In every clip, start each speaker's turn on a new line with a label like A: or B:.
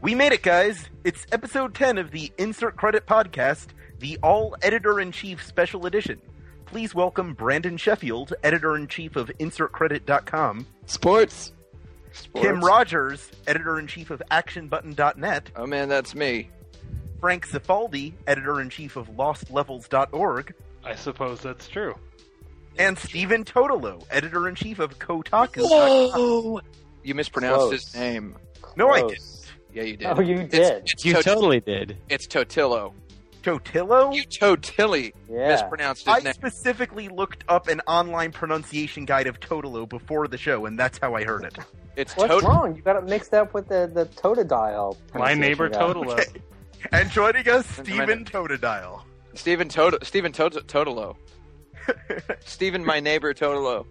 A: We made it, guys. It's episode 10 of the Insert Credit Podcast, the All Editor in Chief Special Edition. Please welcome Brandon Sheffield, Editor in Chief of InsertCredit.com,
B: Sports. Sports.
A: Kim Rogers, Editor in Chief of ActionButton.net,
B: Oh man, that's me.
A: Frank Zifaldi, Editor in Chief of LostLevels.org,
C: I suppose that's true.
A: and Stephen Totolo, Editor in Chief of Kotaku.
B: Whoa! You mispronounced his
D: Close.
B: name.
A: No, I didn't.
D: Gross.
B: Yeah, you did.
D: Oh, you
B: it's,
D: did.
B: It's,
E: You
B: Tot-
E: totally did.
B: it's Totillo.
A: Totillo?
B: You Totilly
D: Yeah.
B: mispronounced his
A: I
B: name.
A: specifically looked up an online pronunciation guide of Totolo before the show, and that's how I heard it.
B: It's
D: What's
B: Tot-
D: wrong? You got it mixed up with the the
C: My
D: Totodile. pronunciation
C: neighbor
D: guy.
C: Totolo.
A: And joining us,
B: Wait a
A: Stephen
B: minute.
A: Totodile.
B: Stephen Tot- Stephen Tot- Totolo. Stephen, my neighbor Totolo.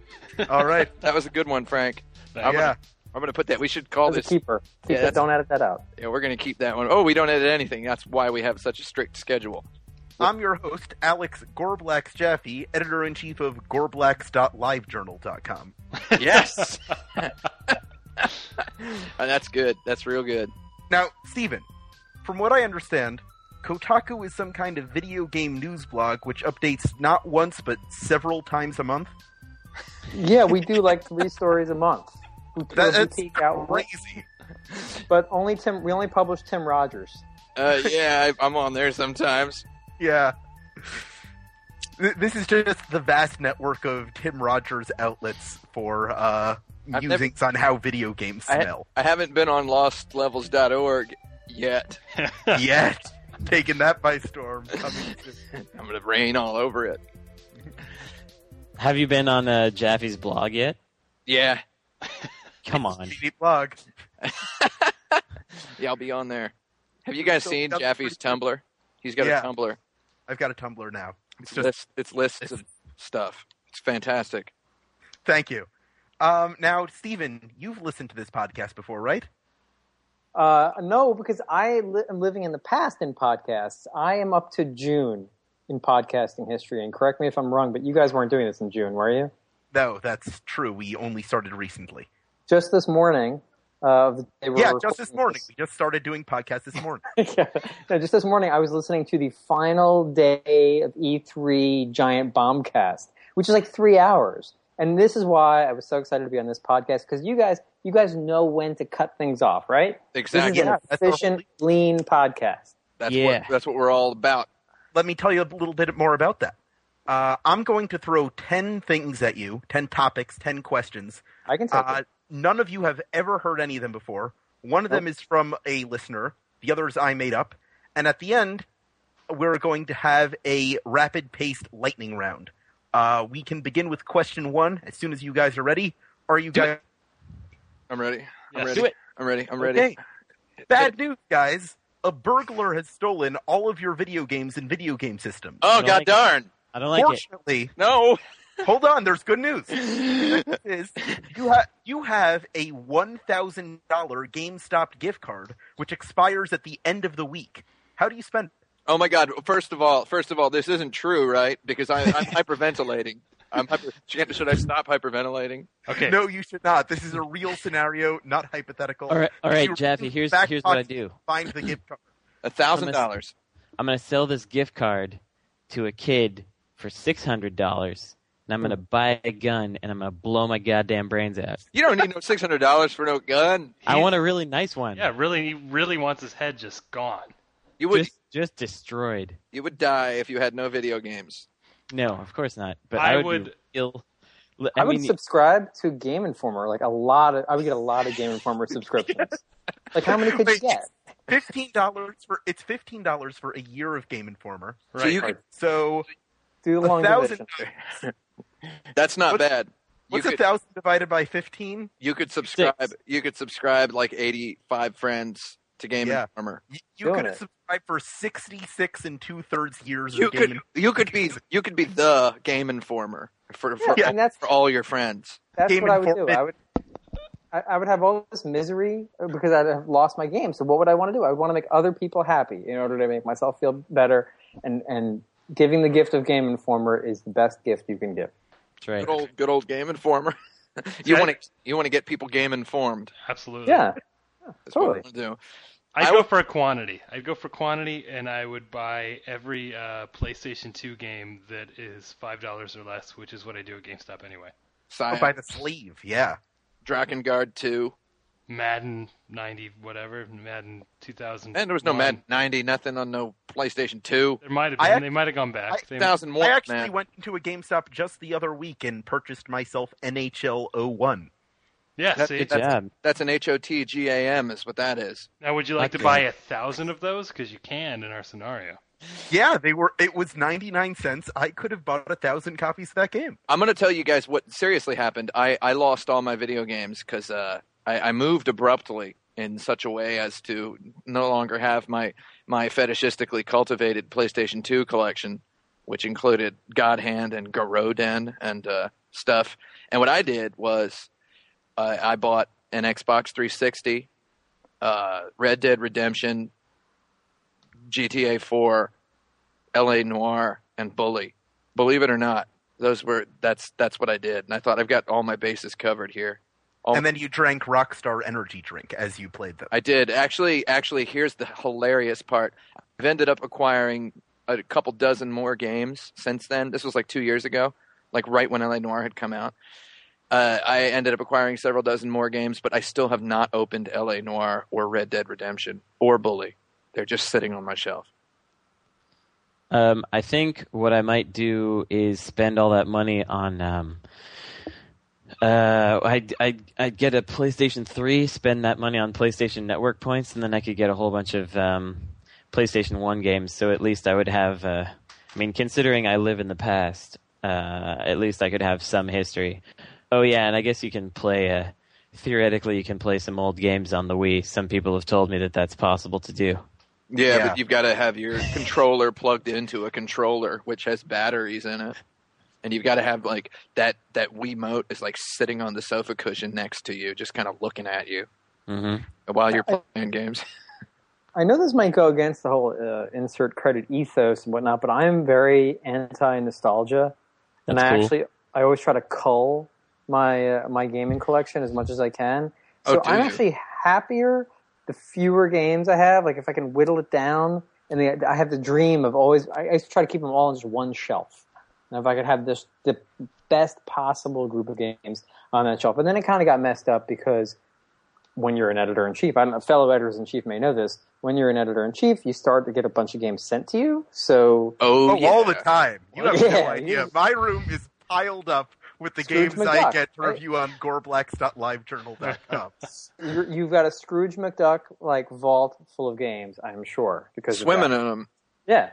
A: All right.
B: That was a good one, Frank. I'm
A: yeah.
B: gonna, I'm gonna put that. We should call
D: That's a
B: this.
D: keeper. Keep
B: Yeah,
D: it.
B: that's-
D: Don't edit that out.
B: Yeah, we're gonna keep that one. Oh, we don't edit anything. That's why we have such a strict schedule.
A: I'm your host, Alex Gorblax Jaffe, editor in chief of gorblax.livejournal.com.
B: Yes. and that's good. That's real good.
A: Now, Stephen, from what I understand, Kotaku is some kind of video game news blog which updates not once but several times a month.
D: Yeah, we do like three stories a month. We,
A: That-
D: we
A: that's
D: peek out, one,
A: Crazy.
D: but only Tim. We only publish Tim Rogers.
B: Uh, yeah, I, I'm on there sometimes.
A: Yeah. Th- This is just the vast network of Tim Rogers outlets for uh,
B: I've never-
A: musings on how video games
B: I-
A: smell.
B: I haven't been on LostLevels.org yet.
A: Yet, taking that by storm. Coming soon.
B: I'm gonna rain all over it.
E: Have you been on uh, Jaffe's blog yet?
B: Yeah,
E: Come on.
A: Shitty blog.
B: yeah, I'll be on there. Have you guys
A: So
B: seen
A: that's
B: Jaffe's Tumblr? He's got
A: Yeah.
B: a Tumblr.
A: I've got a Tumblr now. It's
B: It's
A: just
B: lists, it's lists of stuff. It's fantastic.
A: thank you. Um, now, Steven, you've listened to this podcast before, right?
D: Uh, no, because I li- am living in the past in podcasts. I am up to June in podcasting history. And correct me if I'm wrong, but you guys weren't doing this in June, were you?
A: No, that's true. We only started recently.
D: Just this morning. Uh, the day we're
A: yeah, just this
D: recording
A: morning. We just started doing podcasts this morning.
D: yeah. No, just this morning I was listening to the final day of E3 Giant Bombcast, which is like three hours. And this is why I was so excited to be on this podcast because you guys, you guys know when to cut things off, right? This is
B: Exactly.
A: Yeah,
D: an
A: that's
D: efficient, lean podcast.
B: That's
E: Yeah.
B: what that's what we're all about.
A: let me tell you a little bit more about that. Uh, I'm going to throw 10 things at you 10 topics, 10 questions.
D: I can take
A: Uh,
D: it.
A: none of you have ever heard any of them before. One of them is from a listener, the others I made up. And at the end, we're going to have a rapid paced lightning round. Uh, we can begin with question one as soon as you guys are ready. Are you guys
B: I'm ready. I'm
C: Yes.
B: ready.
C: Do it.
B: I'm ready. I'm ready.
A: Okay. Bad news, guys. A burglar has stolen all of your video games and video game systems.
B: Oh
E: No,
B: god
E: I-
B: darn!
E: I don't like it.
A: Fortunately,
B: No.
A: Hold on, there's good news. is you have you have a one thousand dollar GameStop gift card, which expires at the end of the week. How do you spend?
B: Oh my god! First of all, first of all, this isn't true, right? Because I, I'm hyperventilating. I'm hyper- should should I stop hyperventilating?
C: okay.
A: No, you should not. This is a real scenario, not hypothetical.
E: All right, all
A: You
E: right, Jaffe. Here's
A: back
E: here's what I
A: pocket-
E: do.
A: Find the gift card.
B: A thousand dollars.
E: I'm gonna sell this gift card to a kid for six hundred dollars, and I'm gonna buy a gun and I'm gonna blow my goddamn brains out.
B: You don't need no six hundred dollars for no gun.
E: I want a really nice one.
C: Yeah, really, he really wants his head just gone.
B: You would
E: just just destroyed.
B: you would die if you had no video games.
E: No, of course not. But
C: I
E: I, would,
C: would-
E: ill.
D: I, would subscribe to Game Informer, like a lot of. I would get a lot of Game Informer subscriptions. Like how many could
A: Wait.
D: you get?
A: Fifteen dollars for it's fifteen dollars for a year of Game Informer.
C: Right.
B: So you could,
A: So
D: Do
A: a
D: long
A: thousand.
D: division.
B: that's not
A: What's-
B: bad. You
A: What's a
B: could,
A: thousand divided by fifteen?
B: you could subscribe.
E: Six.
B: You could subscribe like eighty five friends to Game
A: Yeah.
B: Informer.
A: You, you
D: Doing
A: could have
D: it.
A: subscribed for sixty-six and two-thirds years
B: You
A: of Game
B: could you could be you could be the Game Informer for for,
D: Yeah, and that's
B: for all your friends.
D: That's
A: Game
D: what I would do.
A: Informer.
D: I would, I, I would have all this misery because I'd have lost my game. So what would I want to do? I would want to make other people happy in order to make myself feel better. And and giving the gift of Game Informer is the best gift you can give.
E: That's right.
B: Good old good old Game Informer. you
C: Yeah.
B: want to you want to get people game informed.
C: Absolutely.
D: Yeah,
B: That's
D: Totally.
B: what I want to do.
C: I'd
B: I
C: go
B: would-
C: for a quantity. I'd go for quantity, and I would buy every uh, PlayStation 2 game that is five dollars or less, which is what I do at GameStop anyway.
A: Oh,
B: Science,
A: by the sleeve, yeah.
B: Dragon Guard 2.
C: Madden 90, whatever, Madden 2000.
B: And there was no Madden 90, nothing on no PlayStation 2.
C: There might have
A: I
C: been.
A: act-
C: they might have gone back.
A: I-
C: They-
B: 2001,
A: I actually
B: man.
A: went into a GameStop just the other week and purchased myself NHL 01.
C: yeah.
B: That-
C: see,
E: Good
B: that's-
E: job.
B: That's an HOTGAM is what that is.
C: now, would you like to
E: Lucky.
C: buy a thousand of those? Because you can in our scenario.
A: Yeah, they were. It was 99 cents. I could have bought a thousand copies of that game.
B: I'm going to tell you guys what seriously happened. I, I lost all my video games because uh, I, I moved abruptly in such a way as to no longer have my, my fetishistically cultivated PlayStation 2 collection, which included God Hand and Garoden and uh, stuff. And what I did was uh, I bought an Xbox 360, uh, Red Dead Redemption, GTA 4, LA Noir, and Bully. Believe it or not, those were that's that's what I did, and I thought I've got all my bases covered here. Oh.
A: And then you drank Rockstar Energy Drink as you played them.
B: I did actually. Actually, here's the hilarious part. I've ended up acquiring a couple dozen more games since then. This was like two years ago, like right when LA Noir had come out. Uh, I ended up acquiring several dozen more games, but I still have not opened LA Noir or Red Dead Redemption or Bully. They're just sitting on my shelf.
E: Um, I think what I might do is spend all that money on. Um, uh, I I I'd get a PlayStation Three, spend that money on PlayStation Network points, and then I could get a whole bunch of um, PlayStation One games. So at least I would have. Uh, I mean, considering I live in the past, uh, at least I could have some history. Oh yeah, and I guess you can play. Uh, theoretically, you can play some old games on the Wii. Some people have told me that that's possible to do.
B: Yeah,
A: Yeah.
B: but you've got to have your controller plugged into a controller which has batteries in it. And you've got to have like that that Wiimote is like sitting on the sofa cushion next to you just kind of looking at you
E: hmm
B: while you're
D: I-
B: playing games.
D: I know this might go against the whole uh, insert credit ethos and whatnot, but I'm very anti nostalgia, and
E: That's
D: I
E: cool.
D: actually I always try to cull my uh, my gaming collection as much as I can.
B: Oh,
D: So
B: do
D: I'm
B: you?
D: actually happier the fewer games I have. Like if I can whittle it down, and the, I have the dream of always. I, I used to try to keep them all on just one shelf. And if I could have this the best possible group of games on that shelf, and then it kind of got messed up because when you're an editor in chief, I don't know, fellow editors in chief may know this. When you're an editor in chief, you start to get a bunch of games sent to you. So
B: Oh,
A: Oh,
B: yeah.
A: all the time. You have no
D: Yeah,
A: idea.
D: you-
A: My room is piled up with the
D: Scrooge
A: games I
D: McDuck,
A: get to
D: right?
A: review on goreblacks.livejournal.com.
D: you're, you've got a Scrooge McDuck like vault full of games, I'm sure. Because of
B: Swimming in
D: that.
B: them.
D: yeah.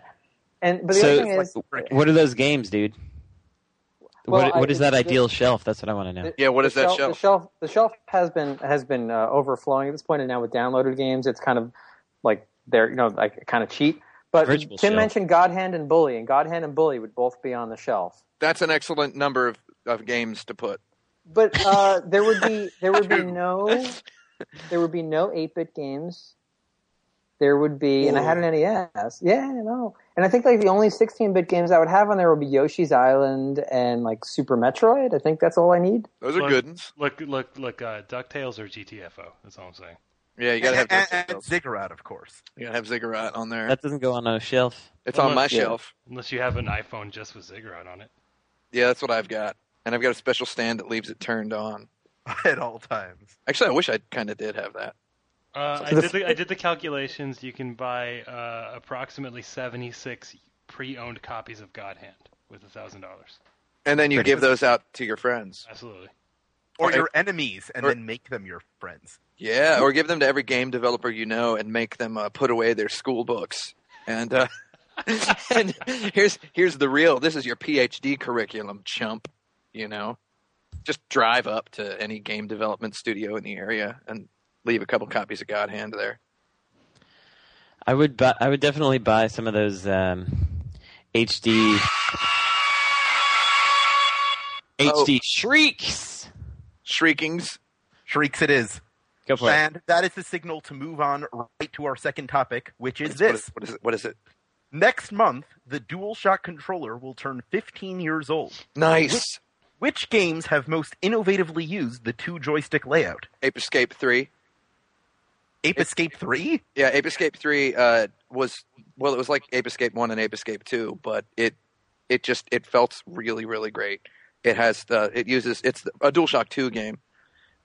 D: And but the
E: So-
D: other thing
A: It's
D: is,
A: like brick.
E: What are those games, dude?
D: Well,
E: what
D: I-
E: what is that
D: it's-
E: ideal shelf? That's what I want to know.
D: it-
B: Yeah, what is
D: the
B: that
D: The shelf, the shelf has been has been uh, overflowing at this point, and now with downloaded games, it's kind of like they're you know like kind of cheap. But
E: Virtual
D: Tim
E: shelf.
D: mentioned God Hand and Bully, and God Hand and Bully would both be on the shelf.
B: That's an excellent number of, of games to put.
D: But uh, there would be there would be no there would be no eight bit games. There would be, and I had an NES. Yeah, I know. And I think like the only sixteen bit games I would have on there would be Yoshi's Island and like Super Metroid. I think that's all I need.
B: Those are
C: Look.
B: good ones.
C: Look, look, look. Uh, Ducktales or GTFO. That's all I'm saying.
B: Yeah, you got to have
A: and,
B: those.
A: and, and
B: details.
A: Ziggurat, of course.
B: You got to have Ziggurat on there.
E: That doesn't go on a shelf.
B: it's on my
C: Yeah.
B: shelf.
C: Unless you have an iPhone just with Ziggurat on it.
B: Yeah, that's what I've got. And I've got a special stand that leaves it turned on.
A: At all times.
B: Actually, I wish I kind of did have that.
C: Uh, I
D: So the
C: did
D: f-
C: the I did the calculations. You can buy uh, approximately seventy six pre owned copies of God Hand with a thousand dollars.
B: And then you
A: But-
B: give those out to your friends.
C: Absolutely.
A: Or
B: Okay.
A: your enemies, and
B: Or-
A: then make them your friends.
B: Yeah, or give them to every game developer you know and make them uh, put away their school books. And uh, and here's here's the real. This is your PhD curriculum, chump. You know, just drive up to any game development studio in the area and leave a couple copies of God Hand there.
E: I would buy, I would definitely buy some of those um, HD HD shrieks.
B: Shriekings.
A: Shrieks it is.
E: Go for it.
A: And that is the signal to move on right to our second topic, which is
B: What
A: this.
B: What is it? What is it?
A: Next month, the DualShock controller will turn 15 years old.
B: Nice.
A: Which games have most innovatively used the two joystick layout?
B: Ape Escape Three.
A: Ape Escape Three.
B: Yeah, Ape Escape Three uh, was well, it was like Ape Escape One and Ape Escape Two, but it it just it felt really really great. It has the it uses it's the, a DualShock Two game,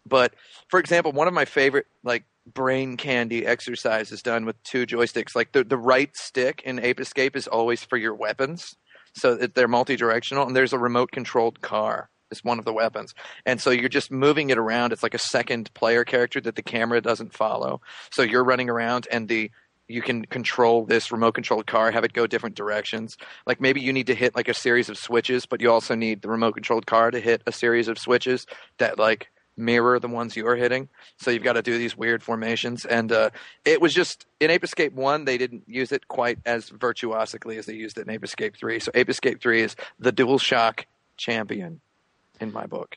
B: but for example, one of my favorite like brain candy exercises done with two joysticks. Like the the right stick in Ape Escape is always for your weapons, so that they're multi directional, and there's a remote controlled car. Is one of the weapons, and so you're just moving it around. It's like a second player character that the camera doesn't follow. So you're running around, and the you can control this remote controlled car, have it go different directions. Like maybe you need to hit like a series of switches, but you also need the remote controlled car to hit a series of switches that like mirror the ones you're hitting. So you've got to do these weird formations. And uh, it was just in Ape Escape 1, they didn't use it quite as virtuosically as they used it in Ape Escape 3. So Ape Escape 3 is the dual shock champion in my book.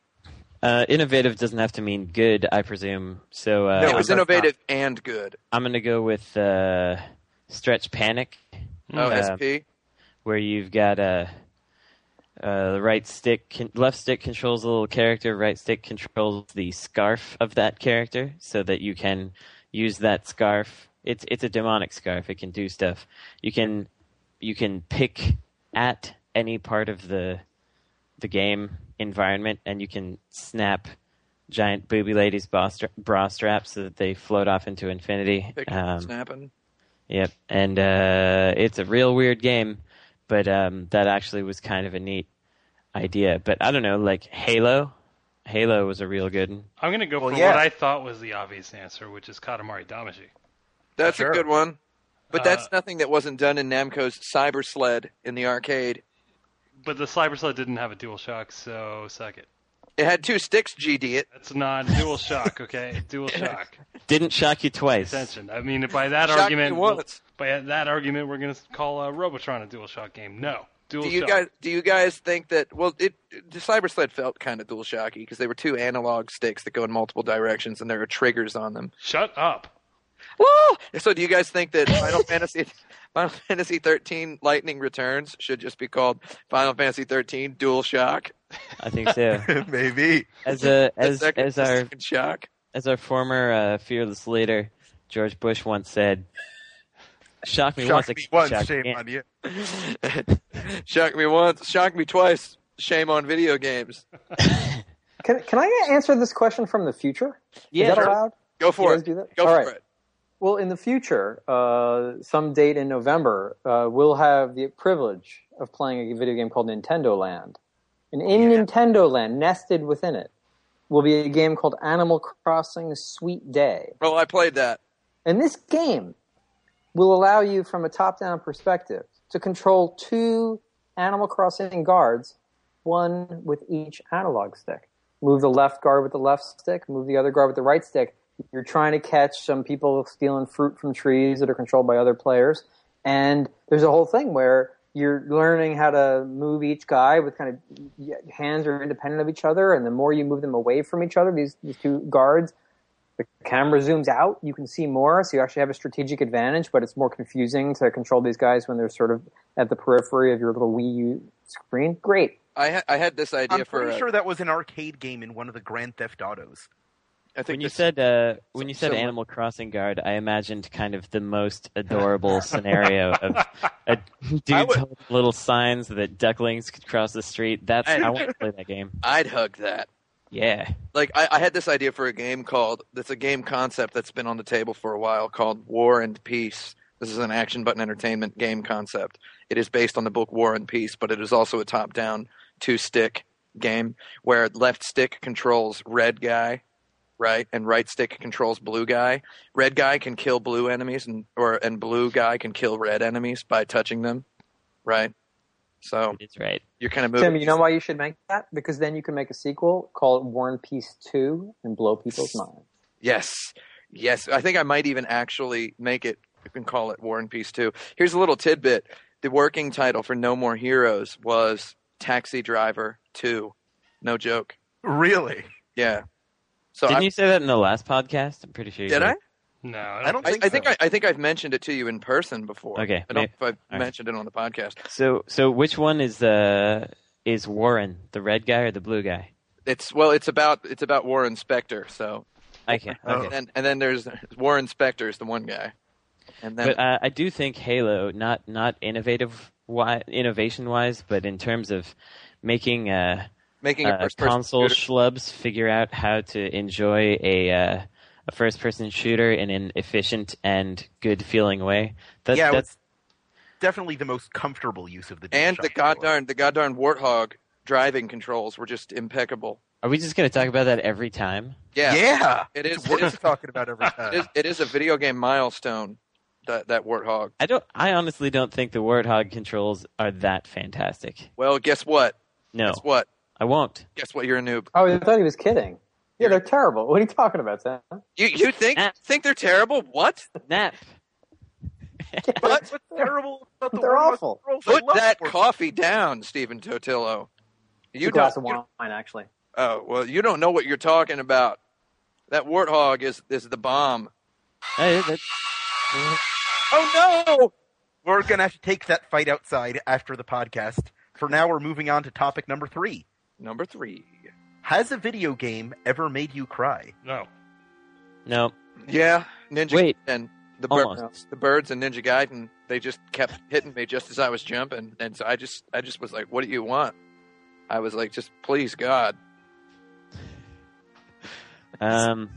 E: Uh, innovative doesn't have to mean good, I presume. So uh,
B: No, it
E: I'm,
B: was innovative and good.
E: going to go with uh, Stretch Panic, Um,
B: Oh,
E: Yeah.
B: SP?
E: where you've got a. Uh, the right stick, con- left stick controls a little character. Right stick controls the scarf of that character, so that you can use that scarf. It's it's a demonic scarf. It can do stuff. You can you can pick at any part of the the game environment, and you can snap giant booby ladies' bra, stra- bra straps so that they float off into infinity.
B: Picking,
E: Um,
B: snapping.
E: Yep, and uh, it's a real weird game, but um, that actually was kind of a neat idea. But I don't know, like Halo. Halo was a real good. one.
C: I'm gonna go
A: Well,
C: for
A: yeah.
C: what I thought was the obvious answer, which is Katamari Damacy.
B: That's
A: Sure.
B: a good one. But
C: Uh,
B: that's nothing that wasn't done in Namco's Cyber Sled in the arcade.
C: But the Cyber Sled didn't have a dual shock, so suck it.
B: It had two sticks, GD it.
C: That's not dual shock, okay? dual shock.
E: Didn't shock you twice.
C: Attention. I mean, by that
B: Shocked
C: argument,
B: you once.
C: by that argument, we're gonna call uh, Robotron a dual shock game. No, dual
B: Do you
C: shock.
B: guys do you guys think that well it the cyber sled felt kind of dual shocky because they were two analog sticks that go in multiple directions and there are triggers on them.
C: Shut up.
B: So do you guys think that Final Fantasy Final Fantasy 13 Lightning Returns should just be called Final Fantasy 13 Dual Shock?
E: I think so.
A: Maybe.
E: As a
B: The
E: as
B: second,
E: as
B: the
E: our
B: second shock.
E: as our former uh, fearless leader George Bush once said, "Shock me once,
A: Shock
E: I
A: me
E: can't
A: once,
E: shock you
A: shame
E: again."
A: on you.
B: shock me once, shock me twice. Shame on video games.
D: Can, can I answer this question from the future?
E: Yeah,
D: Is that
E: sure.
D: allowed?
B: Go for
D: guys
B: it.
D: do that?
B: Go
D: All
B: for
D: right.
B: it.
D: Well, in the future, uh, some date in November, uh, we'll have the privilege of playing a video game called Nintendo Land. And in Nintendo Land, nested within it, will be a game called Animal Crossing Sweet Day.
B: Well, I played that.
D: And this game will allow you, from a top down perspective, to control two Animal Crossing guards, one with each analog stick. Move the left guard with the left stick, move the other guard with the right stick. You're trying to catch some people stealing fruit from trees that are controlled by other players. And there's a whole thing where you're learning how to move each guy with kind of y- hands are independent of each other. And the more you move them away from each other, these, these two guards, camera zooms out, you can see more, so you actually have a strategic advantage, but it's more confusing to control these guys when they're sort of at the periphery of your little Wii U screen. Great.
B: I ha- I had this idea
A: I'm
B: for
A: pretty
B: uh,
A: sure that was an arcade game in one of the Grand Theft Autos.
B: I think
E: When you
B: this-
E: said uh, when you said
B: so-
E: Animal Crossing guard, I imagined kind of the most adorable scenario of a dudes
B: would-
E: holding little signs that ducklings could cross the street. That's I want to play that game.
B: I'd hug that.
E: Yeah,
B: like I, I had this idea for a game called that's a game concept that's been on the table for a while called War and Peace. This is an action button entertainment game concept. It is based on the book War and Peace, but it is also a top down two stick game where left stick controls red guy, right, and right stick controls blue guy. Red guy can kill blue enemies and or and blue guy can kill red enemies by touching them. Right? So
E: it's right.
B: you're kind of moving
D: Tim, you know why you should make that? Because then you can make a sequel, call it War and Peace 2, and blow people's minds.
B: Yes. Yes. I think I might even actually make it you can call it War and Peace too. Here's a little tidbit. The working title for No More Heroes was Taxi Driver 2. No joke.
A: Really?
B: Yeah. So
E: Didn't
B: I,
E: you say that in the last podcast? I'm pretty sure. You
B: did I?
C: No, I don't,
A: I don't
B: I,
A: think
B: I think
A: so.
B: I, I think I've mentioned it to you in person before.
E: Okay.
B: I don't know if I've
E: right.
B: mentioned it on the podcast.
E: So so which one is uh is Warren the red guy or the blue guy?
B: It's well, it's about it's about Warren Spector. So
E: I can't.
B: And,
E: Okay.
B: then, and then there's Warren Spector is the one guy, and then
E: But uh, I do think Halo, not not innovative, wi- innovation wise, but in terms of making uh,
B: making a
E: uh,
B: first person
E: console schlubs figure out how to enjoy a uh, a first person shooter in an efficient and good feeling way. That's,
A: yeah, it
E: that's
A: was definitely the most comfortable use of the
B: and
A: DualShock
B: the
A: controller.
B: goddamn the goddamn warthog driving controls were just impeccable.
E: are we just going to talk about that every time?
B: Yeah,
A: Yeah,
B: It
A: It's
B: is- it
A: worth
B: is-
A: talking about every time.
B: It, is, it is a video game milestone. That that warthog.
E: I don't. I honestly don't think the Warthog controls are that fantastic.
B: Well, guess what?
E: No,
B: Guess what?
E: I won't.
B: Guess what? You're a noob.
D: Oh, I thought he was kidding. Yeah, they're terrible. What are you talking about, Sam?
B: You you think
E: Ah.
B: think they're terrible? What?
E: Nap.
A: But what's terrible about the
D: They're
A: Warthog
D: awful.
A: controls? I
B: Put
A: love
B: that
A: Warthog.
B: coffee down, Stephen Totillo.
D: It's
B: You
D: a glass of
B: don't-
D: wine,
B: you-
D: actually.
B: oh well, you don't know what you're talking about. That warthog is is the bomb.
E: Hey, that's-
B: Oh no!
A: We're gonna have to take that fight outside after the podcast. For now, we're moving on to topic number three.
B: Number three.
A: Has a video game ever made you cry?
C: No.
E: no,
B: Yeah, Ninja
E: Wait.
B: and the bird,
E: almost.
B: the birds and Ninja Gaiden. They just kept hitting me just as I was jumping, and so I just I just was like, "What do you want?" I was like, "Just please, God."
E: Um,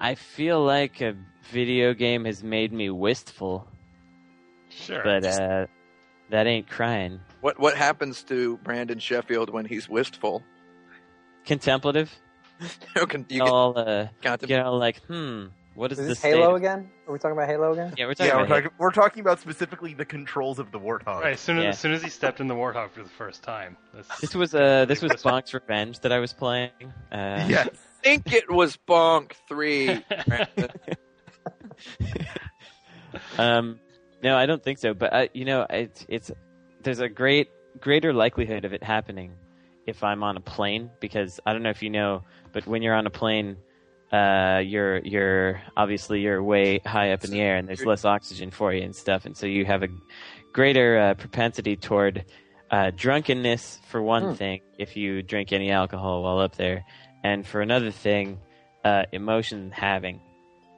E: I feel like a video game has made me wistful,
C: Sure.
E: but uh, that ain't crying.
B: What what happens to Brandon Sheffield when he's wistful?
E: Contemplative.
B: you can, you can
E: all uh,
B: contemplate.
E: get all like, hmm, what is,
D: Is this
E: state
D: Halo
E: of-
D: again? Are we talking about Halo again?
E: Yeah, we're talking
A: Yeah, we're
E: about Halo.
A: talking, we're talking about specifically the controls of the Warthog.
C: Right, as soon as,
E: Yeah.
C: as soon as he stepped in the warthog for the first time, that's,
E: This was uh, this was Bonk's Revenge that I was playing. Uh,
A: Yes.
B: I think it was Bonk Three.
E: Um, no, I don't think so. But I, you know, it's it's there's a great greater likelihood of it happening if I'm on a plane because I don't know if you know, but when you're on a plane, uh, you're you're obviously you're way high up in the air and there's less oxygen for you and stuff, and so you have a greater uh, propensity toward uh, drunkenness for one
D: Hmm.
E: thing if you drink any alcohol while up there, and for another thing, uh, emotion having.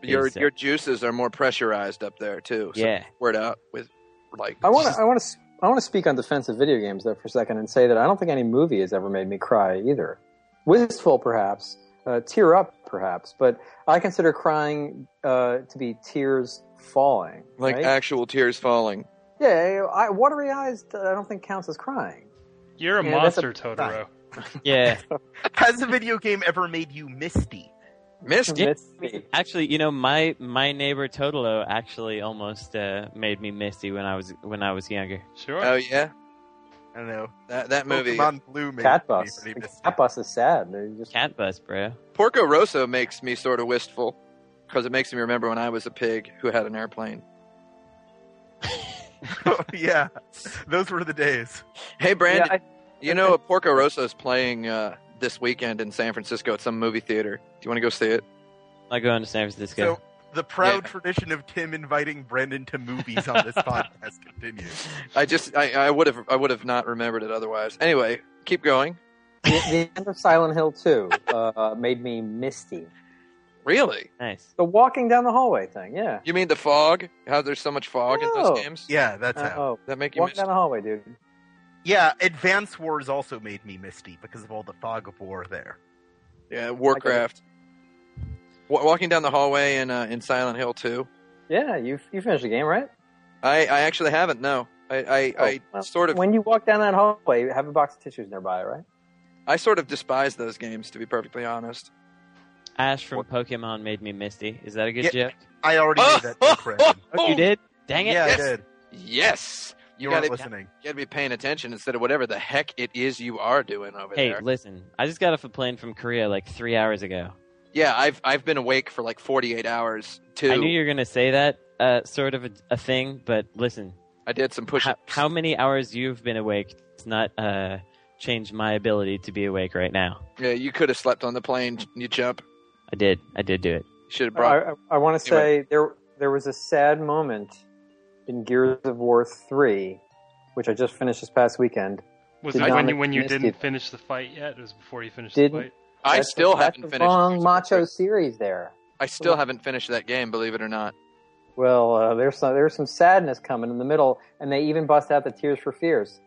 B: your
E: is, uh,
B: your juices are more pressurized up there too. So
E: yeah.
B: word out with like
D: I want to. I want to. I want to speak on defensive video games though for a second and say that I don't think any movie has ever made me cry either. Wistful, perhaps. Uh, tear up, perhaps. But I consider crying uh, to be tears falling.
B: like
D: right?
B: actual tears falling.
D: yeah, I, watery eyes. uh, I don't think counts as crying.
C: you're a
D: Yeah, that's a-
C: monster, Totoro.
E: Yeah.
A: Has a video game ever made you misty?
B: Missed
E: Yeah.
D: Misty.
E: Actually, you know, my my neighbor Totolo actually almost uh, made me misty when I was when I was younger.
C: Sure.
B: Oh yeah,
A: I don't know.
B: that that movie.
A: Pokemon Blue made
D: Cat
A: me
D: bus.
A: pretty misty.
D: Cat bus is sad. They just-
E: Cat bus, bro.
B: Porco Rosso makes me sort of wistful because it makes me remember when I was a pig who had an airplane.
A: Oh, yeah, those were the days.
B: Hey Brandon,
D: Yeah, I-
B: you know Porco Rosso is playing uh, this weekend in San Francisco at some movie theater. Do you want to go see it?
E: I'm going to San Francisco.
A: So the proud
B: Yeah.
A: tradition of Tim inviting Brandon to movies on this podcast continues.
B: I just I, I would have I would have not remembered it otherwise. Anyway, keep going.
D: the, the end of Silent Hill 2 uh, made me misty.
B: Really?
E: nice.
D: The walking down the hallway thing, yeah.
B: You mean the fog? How there's so much fog in
D: No.
B: those games?
A: Yeah, that's
D: Uh,
A: how.
D: oh,
B: That make you
D: walking
B: miss
D: down the hallway, dude.
A: Yeah, Advance Wars also made me misty because of all the fog of war there.
B: Yeah, Warcraft. Wa walking down the hallway in uh, in Silent Hill 2.
D: Yeah, you you finished the game, right?
B: I, I actually haven't. No, I I, I
D: Oh, well,
B: sort of
D: When you walk down that hallway, have a box of tissues nearby, right?
B: I sort of despise those games to be perfectly honest.
E: Ash from Pokemon made me misty. Is that a good
A: Yeah.
E: joke?
A: I already knew that, too, Brandon.
E: Oh, you did? Dang it!
A: yeah,
B: yes.
A: I did.
B: Yes,
A: You,
B: gotta-
A: weren't listening.
B: you got to be paying attention instead of whatever the heck it is you are doing over
E: Hey,
B: there.
E: listen. I just got off a plane from Korea like three hours ago.
B: Yeah, I've I've been awake for like 48 hours too.
E: I knew you were gonna say that uh, sort of a, a thing, but listen,
B: I did some push
E: how, how many hours you've been awake does not uh, change my ability to be awake right now.
B: Yeah, you could have slept on the plane. You jump.
E: I did. I did do it.
B: Should have brought.
D: I, I, I want to say there there was a sad moment in Gears of War 3, which I just finished this past weekend.
C: Was
D: Did
C: it
D: not
C: when
D: make
C: you when
D: me
C: you
D: misty.
C: didn't finish the fight yet? It was before you finished
D: Didn't-
C: the fight.
B: I
D: That's-
B: still
D: that's
B: haven't
D: the
B: finished
D: Long
B: Crucible
D: macho
B: Creek.
D: series there.
B: I still haven't finished that game, believe it or not.
D: Well, uh, there's some there's some sadness coming in the middle, and they even bust out the Tears for Fears.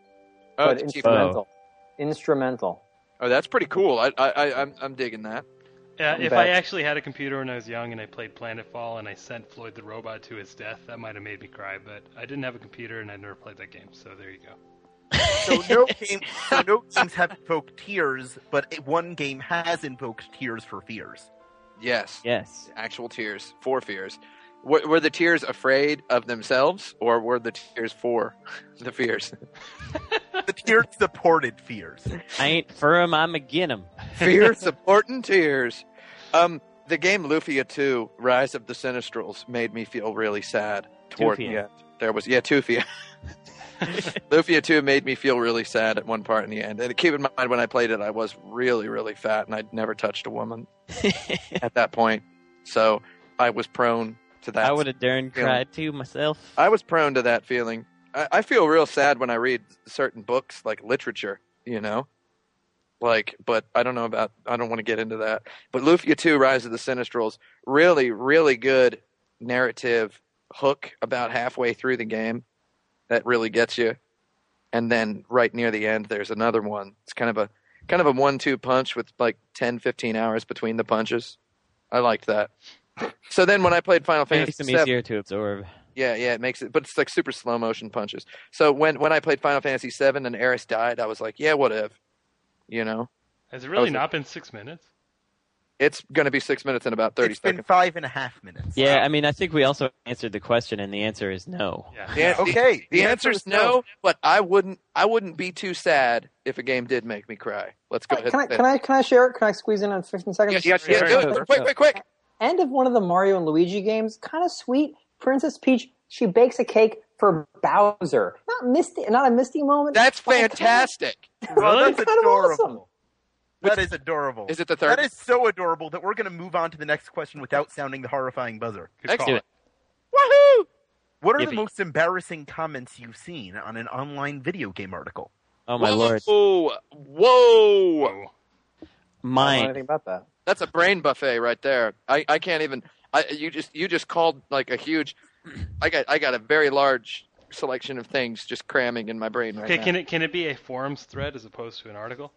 B: Oh,
D: but
B: the Chief-
E: Oh.
D: instrumental, instrumental.
B: oh, that's pretty cool. I, I, I, I'm, I'm digging that.
C: Uh,
D: I'm
C: if I
D: back.
C: actually had a computer when I was young and I played Planetfall and I sent Floyd the robot to his death, that might have made me cry. But I didn't have a computer and I never played that game, so there you go.
A: So no game, so no games have invoked tears, but it- one game has invoked tears for fears.
B: Yes,
E: Yes.
B: actual tears for fears. Were, were the tears afraid of themselves, or were the tears for the fears?
A: The tears supported fears.
E: I ain't for 'em, I'm agin 'em.
B: Fear supporting tears. Um, the game Lufia 2, Rise of the Sinistrals, made me feel really sad toward the
E: Tufia.
B: end. There was yeah, Tufia. Lufia 2 made me feel really sad at one part in the end. And keep in mind when I played it I was really, really fat and I'd never touched a woman at that point. So I was prone to that
E: I would have darn
B: Yeah.
E: cried too myself.
B: I was prone to that feeling. I, I feel real sad when I read certain books, like literature, you know? Like, but I don't know about, I don't want to get into that. But Lufia 2, Rise of the Sinistrals, really, really good narrative hook about halfway through the game that really gets you. And then right near the end, there's another one. It's kind of a, kind of a one-two punch with like 10, 15 hours between the punches. I liked that. So then when I played Final
E: Makes
B: Fantasy
E: them
B: VII,
E: easier to absorb.
B: yeah, yeah, it makes it, but it's like super slow motion punches. So when when I played Final Fantasy VII and Eris died, I was like, yeah, what if? You know,
C: Has it
B: I
C: really
B: was-
C: not been six minutes?
B: it's going to be six minutes and about thirty
A: It's been
B: seconds.
A: five and a half minutes.
E: Yeah, I mean, I think we also answered the question, and the answer is no.
C: Yeah.
B: Yeah,
C: No.
A: Okay.
B: The, answer's no, but I wouldn't I wouldn't be too sad if a game did make me cry. Let's go ahead.
D: Can I
B: and say
D: can I can I share? Can I squeeze in on 15
B: that.
D: seconds?
B: Yeah, yeah,
E: Sorry,
B: yeah,
E: no,
B: do
E: no.
B: it. Quick, quick, quick.
D: End of one of the Mario and Luigi games. Kind of sweet. Princess Peach she bakes a cake for Bowser. Not misty. Not a misty moment.
B: That's
D: but it
B: fantastic.
A: Well,
C: Really?
A: that's
D: Kind of awesome.
A: adorable. That is adorable.
B: Is it the third?
A: That is so adorable that we're going to move on to the next question without sounding the horrifying buzzer.
C: Good call.
B: Excellent.
A: Woohoo! What are
E: Yeah,
A: the
E: but-
A: most embarrassing comments you've seen on an online video game article?
E: Oh my lord,
B: Whoa, whoa.
C: Whoa.
D: I don't know
E: mine.
D: anything about that.
B: That's a brain buffet right there. I, I can't even. I you just you just called like a huge. I got I got a very large selection of things just cramming in my brain right
C: Okay,
B: now.
C: can it can it be a forums thread as opposed to an article?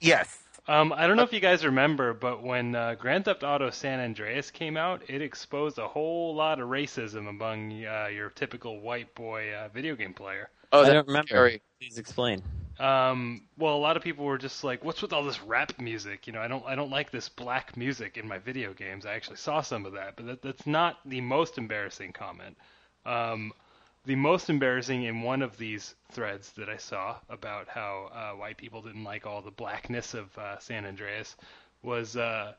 A: Yes.
C: Um, I don't know if you guys remember, but when uh, Grand Theft Auto San Andreas came out, it exposed a whole lot of racism among uh, your typical white boy uh, video game player.
B: oh,
E: I
B: that's
E: don't remember.
B: scary.
E: Please explain.
C: Um, well, a lot of people were just like, "What's with all this rap music?" You know, I don't, I don't like this black music in my video games. I actually saw some of that, but that, that's not the most embarrassing comment. Um, the most embarrassing in one of these threads that I saw about how uh, white people didn't like all the blackness of uh, San Andreas was uh,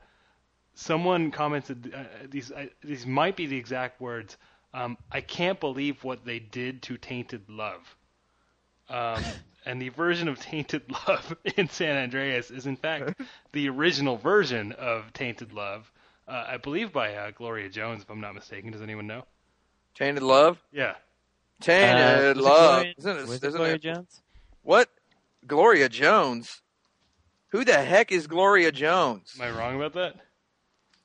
C: someone commented uh, these I, these might be the exact words. Um, I can't believe what they did to Tainted Love. Um, and the version of Tainted Love in San Andreas is in fact the original version of Tainted Love, uh, I believe by uh, Gloria Jones, if I'm not mistaken. Does anyone know?
B: Tainted love,
C: Yeah.
E: Uh,
B: tainted
E: was it
B: love.
E: Gloria-
B: Isn't it-
E: was it
B: isn't
E: Gloria
B: it-
E: Jones?
B: What? Gloria Jones. Who the heck is Gloria Jones?
C: Am I wrong about that?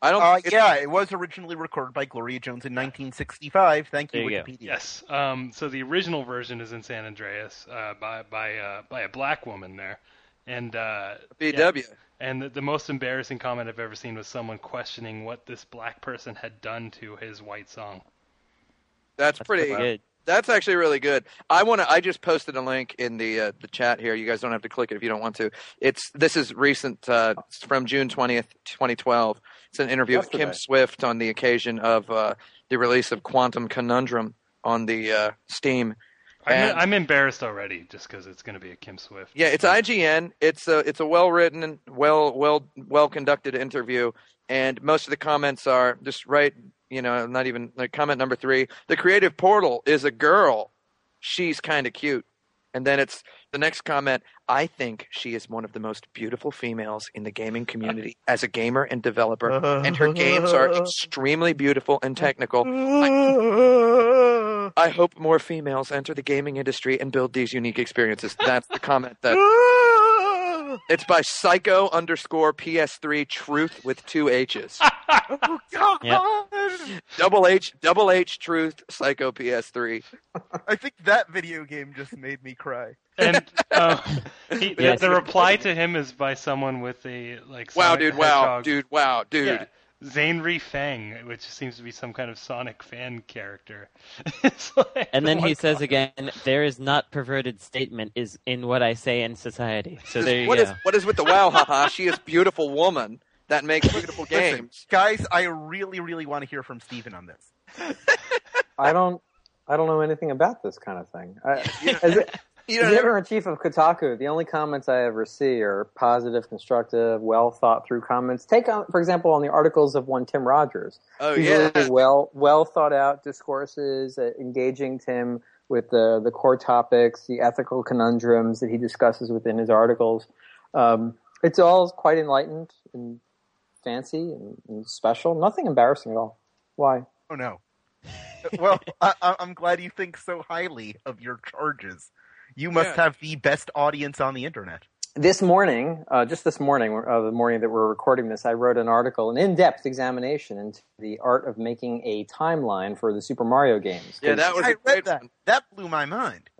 B: I don't.
A: Uh,
B: think Oh, it's-
A: yeah, it was originally recorded by Gloria Jones in 1965. Thank you,
E: There you go.
A: Wikipedia.
C: Yes. Um, so the original version is in San Andreas uh, by by uh, by a black woman there, and uh,
B: BW.
C: And the, the most embarrassing comment I've ever seen was someone questioning what this black person had done to his white song.
B: That's,
E: That's
B: pretty.
E: good.
B: That's actually really good. I want to. I just posted a link in the uh, the chat here. You guys don't have to click it if you don't want to. It's this is recent uh, it's from June twentieth, twenty twelve. It's an interview with Kim
D: Yesterday.
B: Swift on the occasion of uh, the release of Quantum Conundrum on the uh, Steam.
C: I'm,
B: And-
C: I'm embarrassed already just because it's going to be a Kim Swift.
B: Yeah, it's IGN. It's a it's a well written, well well well conducted interview, and most of the comments are just right. You know, not even like comment number three. The creative portal is a girl. She's kind of cute, and then it's the next comment. I think she is one of the most beautiful females in the gaming community as a gamer and developer, and her games are extremely beautiful and technical. I hope more females enter the gaming industry and build these unique experiences. That's the comment that It's by Psycho underscore PS3 Truth with two H's.
A: Oh God!
B: double H, double H Truth Psycho PS3.
A: I think that video game just made me cry.
C: And uh, he, the-
E: Yes.
C: the, reply to him is by someone with a like.
B: Wow,
C: Sonic
B: dude!
C: the
B: Wow,
C: Hedgehog-
B: dude! Wow, dude!
C: Yeah. Zanery Fang, which seems to be some kind of Sonic fan character. It's like
E: And then
C: the
E: he
C: one-
E: says again, "There is not perverted statement is in what I say in society." So there you
B: What
E: go.
B: is- what is with the wow? Haha! She is beautiful woman that makes beautiful
A: Listen,
B: games.
A: guys, I really, really want to hear from Steven on this.
D: I don't. I don't know anything about this kind of thing. I, as, a-
B: You
D: as
B: know,
D: editor in chief of Kotaku, the only comments I ever see are positive, constructive, well thought through comments. Take on, for example, on the articles of one Tim Rogers.
B: oh
D: These
B: yeah.
D: are really well well thought out discourses, uh, engaging Tim with the the core topics, the ethical conundrums that he discusses within his articles. Um, it's all quite enlightened and fancy and, and special. Nothing embarrassing at all. Why?
A: Oh no. well, I, I- I'm glad you think so highly of your charges. You must
B: Yeah.
A: have the best audience on the internet.
D: this morning, uh, just this morning, uh, the morning that we're recording this, I wrote an article, an in-depth examination into the art of making a timeline for the Super Mario games.
B: Yeah, that was a
A: I
B: great
A: read that.
B: one.
A: That blew my mind.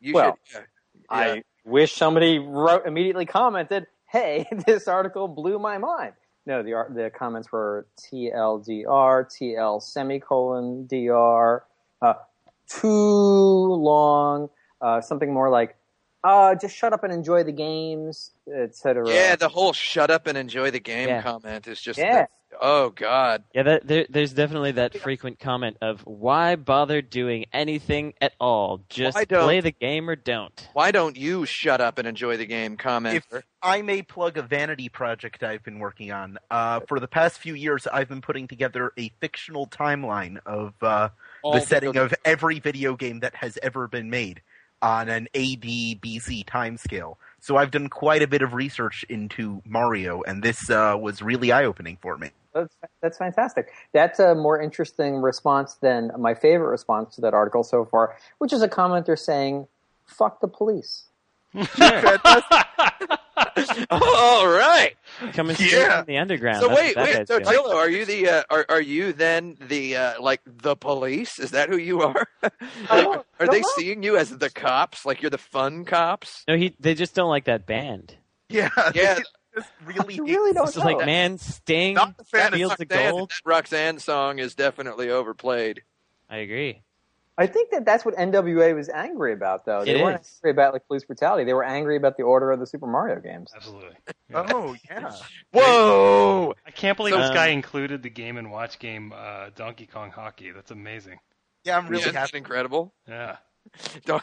B: You
D: Well,
B: should, yeah. Yeah.
D: I wish somebody wrote immediately commented, "Hey, this article blew my mind." No, the ar- the comments were TLDR, TL semicolon dr, uh, too long, uh, something more like, uh, "Just shut up and enjoy the games," etc.
B: Yeah, the whole "shut up and enjoy the game"
E: Yeah.
B: comment is just.
D: Yeah.
B: Oh God!
E: Yeah, that, there, there's definitely that frequent comment of why bother doing anything at all? Just
B: Why don't-
E: play the game or don't.
B: Why don't you shut up and enjoy the game? Comment.
A: If I may plug a vanity project I've been working on, uh, for the past few years, I've been putting together a fictional timeline of uh, the setting of every video game that has ever been made on an ADBC timescale. So I've done quite a bit of research into Mario, and this uh, was really eye opening for me.
D: That's, that's fantastic. That's a more interesting response than my favorite response to that article so far, which is a commenter saying, fuck the police.
B: All right.
E: Coming straight
A: Yeah.
E: from the underground.
B: So
E: That's
B: wait,
E: what that
B: wait.
E: guy's
B: So
E: doing.
B: Jillo, are you the uh, are are you then the uh, like the police? Is that who you are?
D: Oh,
B: are they
D: no.
B: seeing you as the cops? Like you're the fun cops?
E: no, he they just don't like that band.
A: Yeah,
B: Yeah.
A: this is really
D: You really don't
E: This is
D: know.
E: like, man, Sting,
A: Not the fan of
E: Fields of
B: Roxanne,
E: Gold.
B: that Roxanne song is definitely overplayed.
E: I agree.
D: I think that that's what NWA was angry about, though. They
E: It
D: weren't
E: is.
D: angry about like police brutality. They were angry about the order of the Super Mario games.
C: Absolutely.
A: Oh yeah,
B: Whoa!
C: I can't believe
E: So- um,
C: this guy included the Game and Watch game uh, Donkey Kong Hockey. That's amazing.
A: yeah, I'm really
B: Isn't that
A: happy.
B: incredible?
C: Yeah.
B: Don't-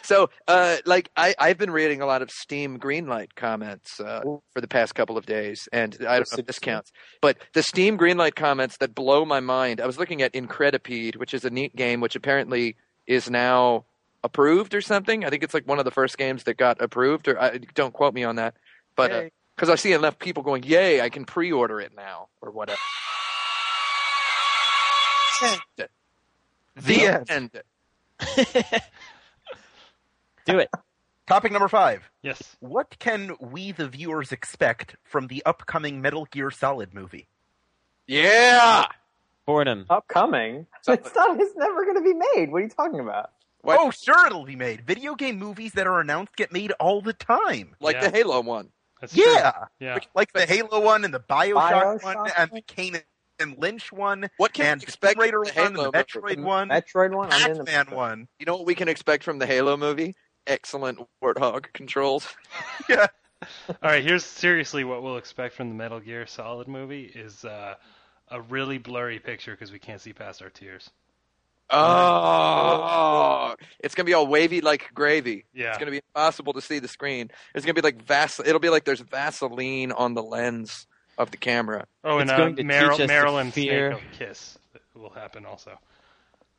B: so uh, like I, i've been reading a lot of steam greenlight comments uh, for the past couple of days and i don't know if this counts but the steam greenlight comments that blow my mind i was looking at incredipede which is a neat game which apparently is now approved or something i think it's like one of the first games that got approved or I, don't quote me on that but
A: Yay.
B: because i see enough people going yay i can pre-order it now or whatever the,
A: The end.
B: end.
E: Do it.
A: Topic number five.
C: Yes.
A: What can we, the viewers, expect from the upcoming Metal Gear Solid movie?
B: yeah
E: Boredom.
D: Upcoming. It's not. It's never going to be made. What are you talking about?
B: What-
A: Oh, sure, it'll be made. Video game movies that are announced get made all the time.
B: like
C: Yeah.
B: the Halo one.
C: That's
A: yeah,
C: True. Yeah.
A: like the Halo one and the Bioshock,
D: Bioshock
A: one and the Kane and Lynch one
B: What can
A: and
B: we
A: the
B: expect
A: Tomb Raider
B: from
A: one
B: the
A: and
B: Halo
A: the
B: movie?
A: Metroid one,
D: Metroid one. I'm in the
A: Pac-Man one.
B: You know what we can expect from the Halo movie? Excellent warthog controls.
C: All right. Here's seriously what we'll expect from the Metal Gear Solid movie is uh, a really blurry picture because we can't see past our tears.
B: Oh, it's gonna be all wavy like gravy.
C: Yeah.
B: It's gonna be impossible to see the screen. It's gonna be like vas. It'll be like there's Vaseline on the lens of the camera.
C: Oh,
E: It's
C: and uh,
E: going to
C: Mar-
E: teach us to
C: Marilyn
E: fear-
C: Snake don't kiss will happen also.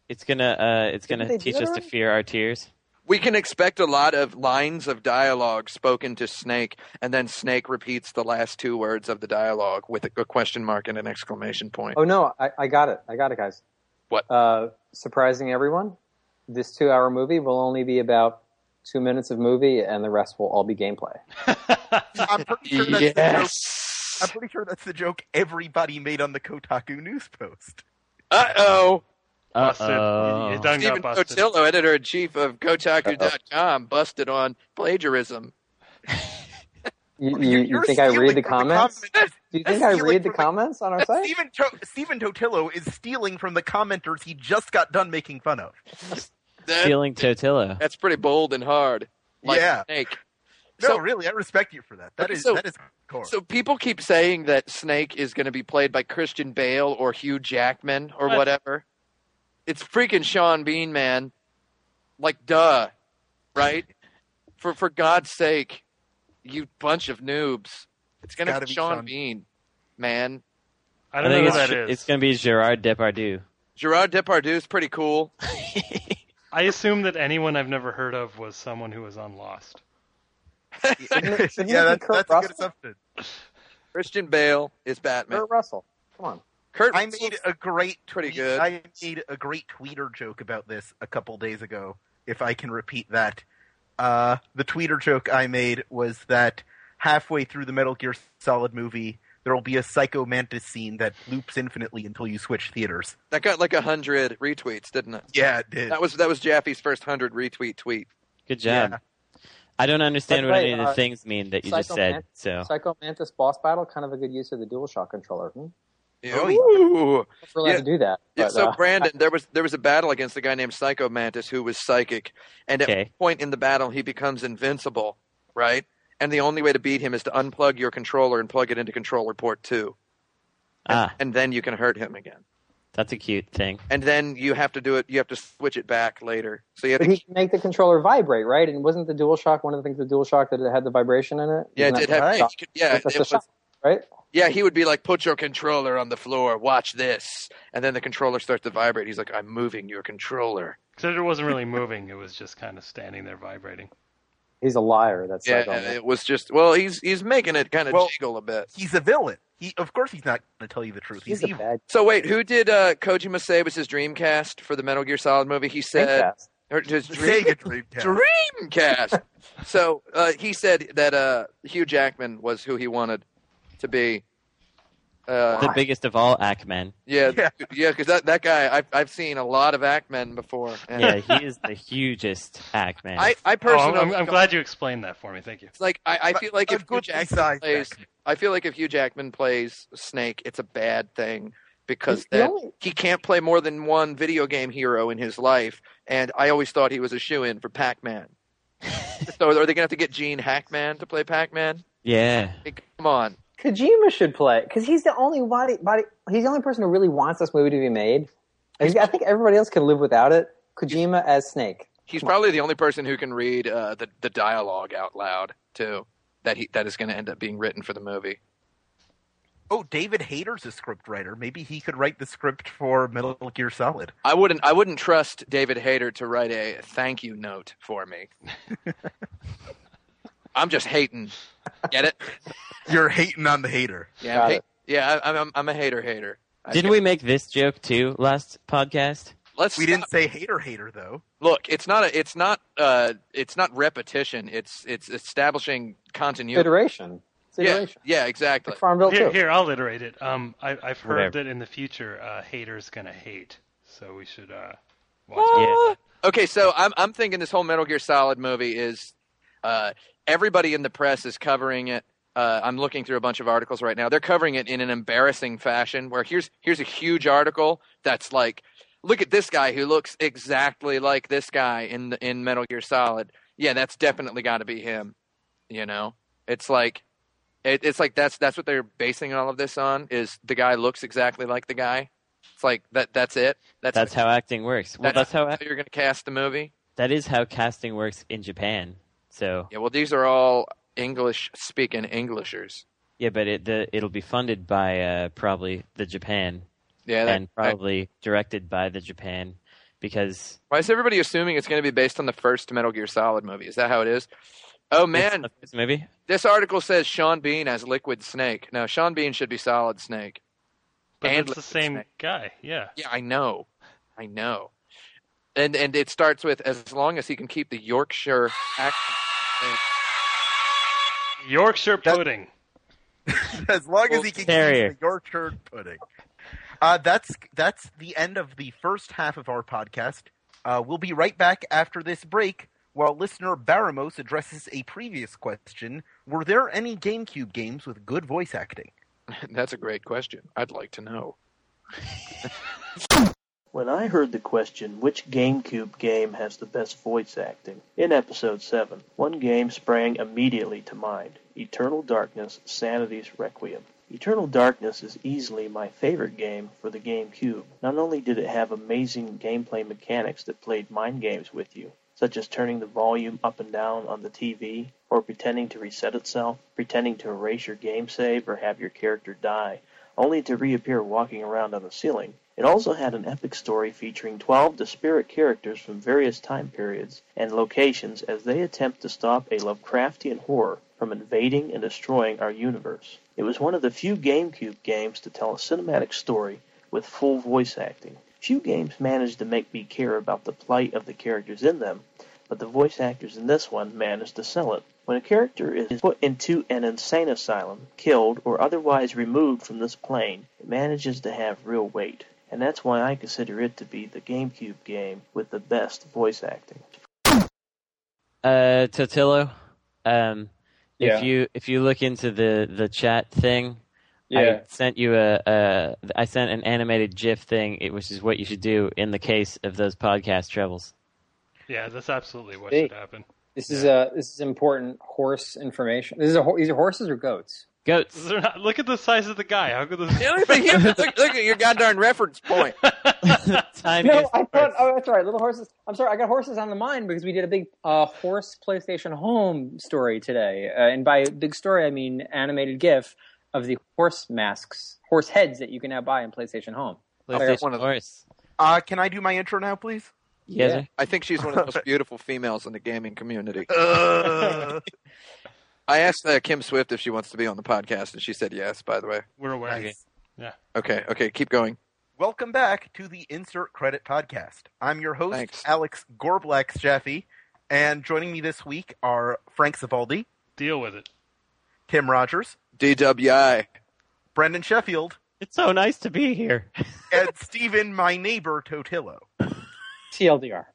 E: It's gonna uh, it's
D: Didn't
E: gonna
D: they do
E: teach
D: that
E: us to
D: already?
E: fear our tears.
B: We can expect a lot of lines of dialogue spoken to Snake, and then Snake repeats the last two words of the dialogue with a question mark and an exclamation point.
D: Oh no, I, I got it. I got it, guys.
B: What?
D: Uh, surprising everyone, this two-hour movie will only be about two minutes of movie, and the rest will all be gameplay.
A: I'm pretty sure that's the joke. I'm pretty sure that's the joke everybody made on the Kotaku news post.
B: Uh oh.
C: Busted.
E: Uh-oh.
C: You, you done
B: Stephen
C: got busted.
B: Cotillo, editor in chief of Kotaku.com, busted on plagiarism.
D: You, you,
A: You're-
D: you
A: you're
D: think I
A: stealing
D: read the
A: from
D: comments?
A: comments.
D: Do you
A: That's
D: think I
A: stealing
D: read the
A: from the-
D: comments on our
A: That
D: site?
A: Stephen, to- Stephen Totillo is stealing from the commenters he just got done making fun of.
B: That-
E: Stealing Totillo.
B: that's pretty bold and hard. Like a
A: Yeah.
B: Snake.
A: No,
B: So-
A: really, I respect you for that. That
B: Okay,
A: is
B: so-
A: that is core.
B: So people keep saying that Snake is going to be played by Christian Bale or Hugh Jackman or
C: What?
B: whatever. It's freaking Sean Bean, man. Like, duh, right? For for God's sake, you bunch of noobs. It's going to
A: gotta
B: be
A: be
B: Sean,
A: Sean.
B: Bean, man.
C: I
E: I
C: don't
E: think
C: know
E: it's
C: who that is.
E: Ge- it's going to be Gerard Depardieu.
B: Gerard Depardieu's pretty cool.
C: I assume that anyone I've never heard of was someone who was on Lost.
D: Shouldn't it- shouldn't it
A: yeah,
D: be
A: that's,
D: Kurt
A: that's a good
D: Russell?
A: assumption.
B: Christian Bale is Batman.
D: Kurt Russell. Come on.
B: Kurt,
A: I made a great
B: Pretty
A: tweet-
B: good.
A: I made a great tweeter joke about this a couple days ago. If I can repeat that, uh, the tweeter joke I made was that halfway through the Metal Gear Solid movie, there will be a Psycho Mantis scene that loops infinitely until you switch theaters.
B: that got like a hundred retweets, didn't it?
A: Yeah, it did.
B: That was that was Jaffe's first hundred retweet tweet.
E: Good job.
A: Yeah.
E: I don't understand
D: By the
E: what
D: way,
E: any of the
D: uh,
E: things mean that you just
D: Psycho
E: said.
D: Man-
E: So
D: Psycho Mantis boss battle, kind of a good use of the DualShock controller. Hmm?
A: Oh,
B: Ooh.
D: We're allowed
B: Yeah.
D: to do that.
B: Yeah,
D: but,
B: so
D: uh,
B: Brandon, there was there was a battle against a guy named Psycho Mantis who was psychic, and at
E: Okay.
B: one point in the battle he becomes invincible, right? And the only way to beat him is to unplug your controller and plug it into controller port two,
E: ah,
B: and then you can hurt him again.
E: that's a cute thing.
B: And then you have to do it. You have to switch it back later. So you have
D: But
B: to.
D: he can make the controller vibrate, right? And wasn't the DualShock one of the things the DualShock that it had the vibration in it?
B: yeah, it
D: Isn't
B: did
D: that
B: have.
D: the shock?
B: he could- yeah,
D: That's
B: it
D: the
B: was,
D: shock, right?
B: yeah. He would be like, "Put your controller on the floor. Watch this," and then the controller starts to vibrate. He's like, "I'm moving your controller."
C: Except it wasn't really moving; it was just kind of standing there vibrating.
D: He's a liar. That's
B: Yeah,
D: Psycho Man.
B: it was just. Well, he's he's making it kind of
A: Well-
B: jiggle a bit.
A: He's a villain. He, of course, he's not going to tell you the truth. He's,
D: He's a
A: evil.
D: bad
B: So wait, who did uh, Kojima say was his Dreamcast for the Metal Gear Solid movie? He said
D: Dreamcast.
B: or his dream,
A: Sega Dreamcast.
B: Dreamcast. so uh, he said that uh, Hugh Jackman was who he wanted to be. Uh,
E: The biggest of all Ackmen.
B: yeah,
A: Yeah.
B: yeah, because that that guy I've I've seen a lot of Ackmen before. and
E: Yeah, he is the hugest Ackman.
B: I I
C: Oh,
B: personally,
C: I'm, I'm- I'm glad you explained that for me. Thank you.
B: It's like I, I feel like
A: A
B: if Hugh
A: good
B: Jackman
A: size
B: plays,
A: Ackman.
B: I feel like if Hugh Jackman plays Snake, it's a bad thing because
D: The
B: then
D: only-
B: he can't play more than one video game hero in his life. And I always thought he was a shoe in for Pac Man. so are they going to have to get Gene Hackman to play Pac Man?
E: yeah,
B: come on.
D: Kojima should play because he's the only body, body. He's the only person who really wants this movie to be made. I think- I think everybody else can live without it. Kojima as Snake.
B: He's probably the only person who can read uh, the the dialogue out loud too. That he that is going to end up being written for the movie.
A: Oh, David Hayter's a script writer. Maybe he could write the script for Metal Gear Solid.
B: I wouldn't I wouldn't trust David Hayter to write a thank you note for me. I'm just hating. Get it?
A: You're hating on the hater.
B: Yeah,
D: Got
B: I'm hate-
D: it.
B: yeah. I- I'm, I'm I'm a hater hater. I
E: didn't
B: get-
E: we make this joke too last podcast?
B: Let's
A: We
B: stop.
A: didn't say hater hater though.
B: look. It's not a. It's not. Uh. It's not repetition. It's it's establishing continuity.
D: Iteration. It's
B: Yeah.
D: iteration.
B: Yeah. Exactly.
D: Like Farmville
C: Here,
D: too.
C: here, I'll iterate it. Um, I, I've heard
E: Whatever.
C: that in the future, uh, haters gonna hate, so we should uh, watch.
E: Yeah.
C: out.
B: Okay. So I'm I'm thinking this whole Metal Gear Solid movie is. Uh. Everybody in the press is covering it. Uh, I'm looking through a bunch of articles right now. They're covering it in an embarrassing fashion. Where here's here's a huge article that's like, look at this guy who looks exactly like this guy in the, in Metal Gear Solid. Yeah, that's definitely got to be him. You know, it's like, it, it's like that's that's what they're basing all of this on is the guy looks exactly like the guy. It's like that that's it. That's
E: That's how acting works. Well,
B: that's
E: that's how
B: Oh, you're gonna cast the movie.
E: that is how casting works in Japan. So
B: Yeah, well, these are all English speaking Englishers.
E: yeah, but it the, it'll be funded by uh, probably the Japan
B: Yeah, that,
E: and probably directed by the Japan because
B: why is everybody assuming it's going to be based on the first Metal Gear Solid movie? Is that how it is? Oh
E: it's
B: man,
E: the first movie.
B: This article says Sean Bean as Liquid Snake. No, Sean Bean should be Solid Snake.
C: But
B: And
C: it's the
B: Liquid
C: same
B: Snake.
C: guy. Yeah.
B: Yeah, I know. I know. and and it starts with as long as he can keep the Yorkshire accent.
C: Yorkshire
A: That-
C: pudding.
A: as long
B: Well,
A: as he can
E: Terrier.
A: keep the Yorkshire pudding. Uh, that's that's the end of the first half of our podcast. Uh, we'll be right back after this break while listener Baramos addresses a previous question. Were there any GameCube games with good voice acting?
B: That's a great question. I'd like to know.
F: When I heard the question, which GameCube game has the best voice acting, in Episode 7, one game sprang immediately to mind Eternal Darkness Sanity's Requiem. Eternal Darkness is easily my favorite game for the GameCube. Not only did it have amazing gameplay mechanics that played mind games with you, such as turning the volume up and down on the TV, or pretending to reset itself, pretending to erase your game save, or have your character die, only to reappear walking around on the ceiling. It also had an epic story featuring 12 disparate characters from various time periods and locations as they attempt to stop a Lovecraftian horror from invading and destroying our universe. It was one of the few GameCube games to tell a cinematic story with full voice acting. Few games managed to make me care about the plight of the characters in them, but the voice actors in this one managed to sell it. When a character is put into an insane asylum, killed, or otherwise removed from this plane, it manages to have real weight. And that's why I consider it to be the GameCube game with the best voice acting.
E: Uh, Totillo, um, if
G: Yeah.
E: you if you look into the the chat thing,
G: Yeah.
E: I sent you a, a I sent an animated GIF thing, it- which is what you should do in the case of those podcast troubles.
C: Yeah, that's absolutely what
D: Hey.
C: should happen.
D: This is uh this is important horse information. This is a, ho- these are horses or goats.
E: Goats.
C: They're not- look at the size of the guy. How could this?
B: The only thing here, look, look at your goddamn reference point.
E: Time is
D: No, I thought.
E: horse.
D: Oh, that's right. Little horses. I'm sorry. I got horses on the mind because we did a big uh, horse PlayStation Home story today, uh, and by big story I mean animated GIF of the horse masks, horse heads that you can now buy in PlayStation Home.
E: PlayStation
B: one of them.
E: horse.
A: Uh, can I do my intro now, please?
E: Yes,
D: Yeah.
E: sir.
B: I think she's one of the most beautiful females in the gaming community.
A: Uh,
B: I asked uh, Kim Swift if she wants to be on the podcast, and she said yes. By the way,
C: We're aware.
E: Okay.
B: okay, okay, keep going.
A: welcome back to the Insert Credit Podcast. I'm your host,
B: Thanks.
A: Alex Gorblax Jaffe, and joining me this week are Frank Zavaldi,
C: Deal with it.
A: Tim Rogers,
B: DWI.
A: Brendan Sheffield,
E: It's so nice to be here.
A: and Stephen, my neighbor Totillo.
D: TLDR.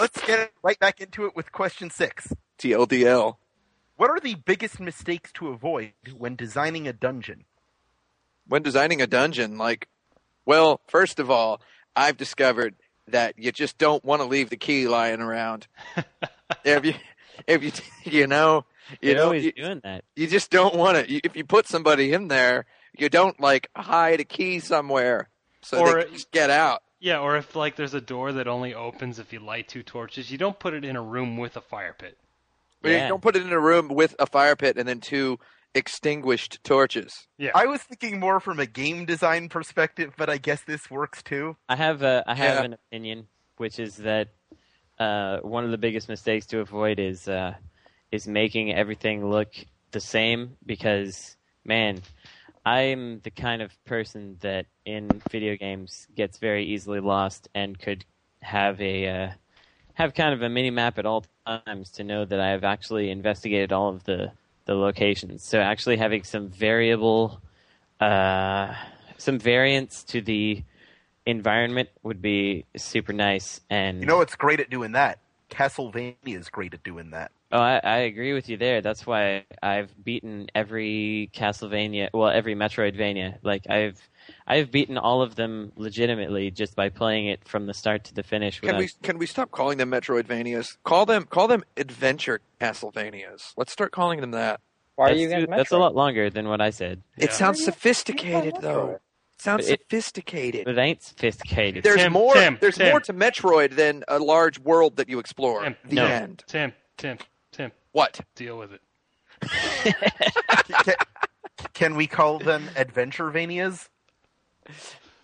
A: Let's get right back into it with question six.
B: TLDL.
A: What are the biggest mistakes to avoid when designing a dungeon?
B: When designing a dungeon, like, well, first of all, I've discovered that you just don't want to leave the key lying around. if you, if you, you know, you
E: You're
B: know,
E: always
B: you,
E: doing that.
B: you just don't want to. If you put somebody in there, you don't like hide a key somewhere so
C: Or-
B: they can just get out.
C: Yeah, or if like there's a door that only opens if you light two torches, you don't put it in a room with a fire pit.
B: But you
E: Yeah.
B: Don't put it in a room with a fire pit and then two extinguished torches.
A: I was thinking more from a game design perspective, but I guess this works too.
E: I have a I have
B: Yeah.
E: an opinion, which is that uh, one of the biggest mistakes to avoid is uh, is making everything look the same because man, I'm the kind of person that in video games gets very easily lost and could have a uh, have kind of a mini map at all times to know that I have actually investigated all of the the locations. So actually having some variable uh, some variance to the environment would be super nice. And
A: You know what's great at doing that? Castlevania is great at doing that.
E: Oh, I, I agree with you there. That's why I've beaten every Castlevania, well, every Metroidvania. Like I've, I've beaten all of them legitimately just by playing it from the start to the finish.
B: Can
E: Without,
B: we can we stop calling them Metroidvanias? Call them call them adventure Castlevanias. Let's start calling them that.
D: Why are
E: that's,
D: you against
E: that's a
D: Metroid?
E: lot longer than what I said,
B: It
C: Yeah.
B: sounds
D: Why are you-
B: sophisticated
D: why
B: though.
D: Metroid?
B: It sounds
E: But it-
B: sophisticated.
E: but uh, it ain't sophisticated.
B: there's
C: Tim,
B: more
C: Tim,
B: there's
C: Tim.
B: more to Metroid than a large world that you explore.
C: Tim.
B: The
E: No.
B: end.
C: Tim, Tim, Tim,
B: What?
C: deal with it.
A: Can, can we call them Adventurevanias?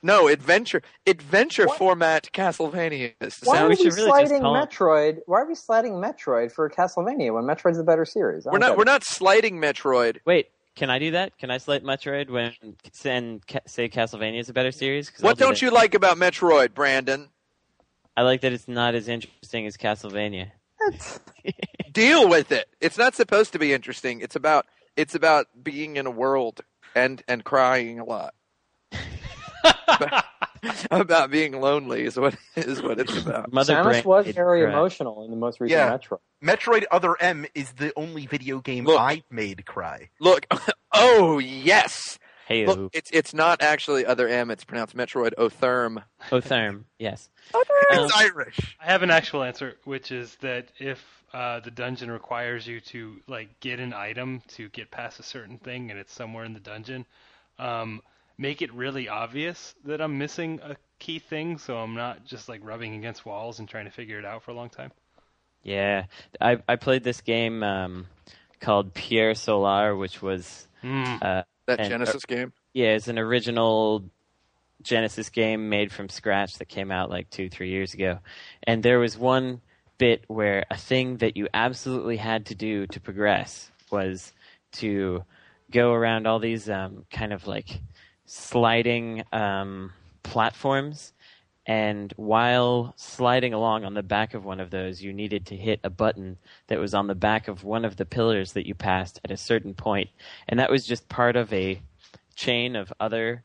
B: No, adventure adventure format Castlevanias.
D: Why are
E: So we
D: we,
E: should really just
D: sliding
E: call it-
D: Metroid? Why are we sliding Metroid for Castlevania when Metroid's the better series? I
B: We're
D: don't
B: not
D: get
B: we're
D: it.
B: not slighting Metroid.
E: Wait, can I do that? Can I slate Metroid when and ca- say Castlevania is a better series? 'Cause I'll
B: What
E: do
B: don't
E: that.
B: you like about Metroid, Brandon?
E: I like that it's not as interesting as Castlevania.
B: Deal with it. It's not supposed to be interesting. It's about it's about being in a world and and crying a lot. about being lonely is what is what it's about.
E: Mother
D: Samus
E: Brain
D: was
E: did
D: very
E: cry.
D: emotional in the most recent
A: Yeah.
D: Metro.
A: Metroid Other M is the only video game
B: Look.
A: I've made cry.
B: Look, oh yes.
E: Hey,
B: Look, it's it's not actually other M. It's pronounced Metroid Otherm.
E: Otherm. Yes. Um,
A: It's Irish.
C: I have an actual answer, which is that if uh, the dungeon requires you to like get an item to get past a certain thing, and it's somewhere in the dungeon, um, make it really obvious that I'm missing a key thing, so I'm not just like rubbing against walls and trying to figure it out for a long time.
E: Yeah, I I played this game um, called Pierre Solar, which was
C: Hmm.
E: uh,
B: That
E: And-
B: Genesis game.
E: yeah, it's an original Genesis game made from scratch that came out like two three years ago, and there was one bit where a thing that you absolutely had to do to progress was to go around all these um, kind of like sliding um, platforms. And while sliding along on the back of one of those, you needed to hit a button that was on the back of one of the pillars that you passed at a certain point. And that was just part of a chain of other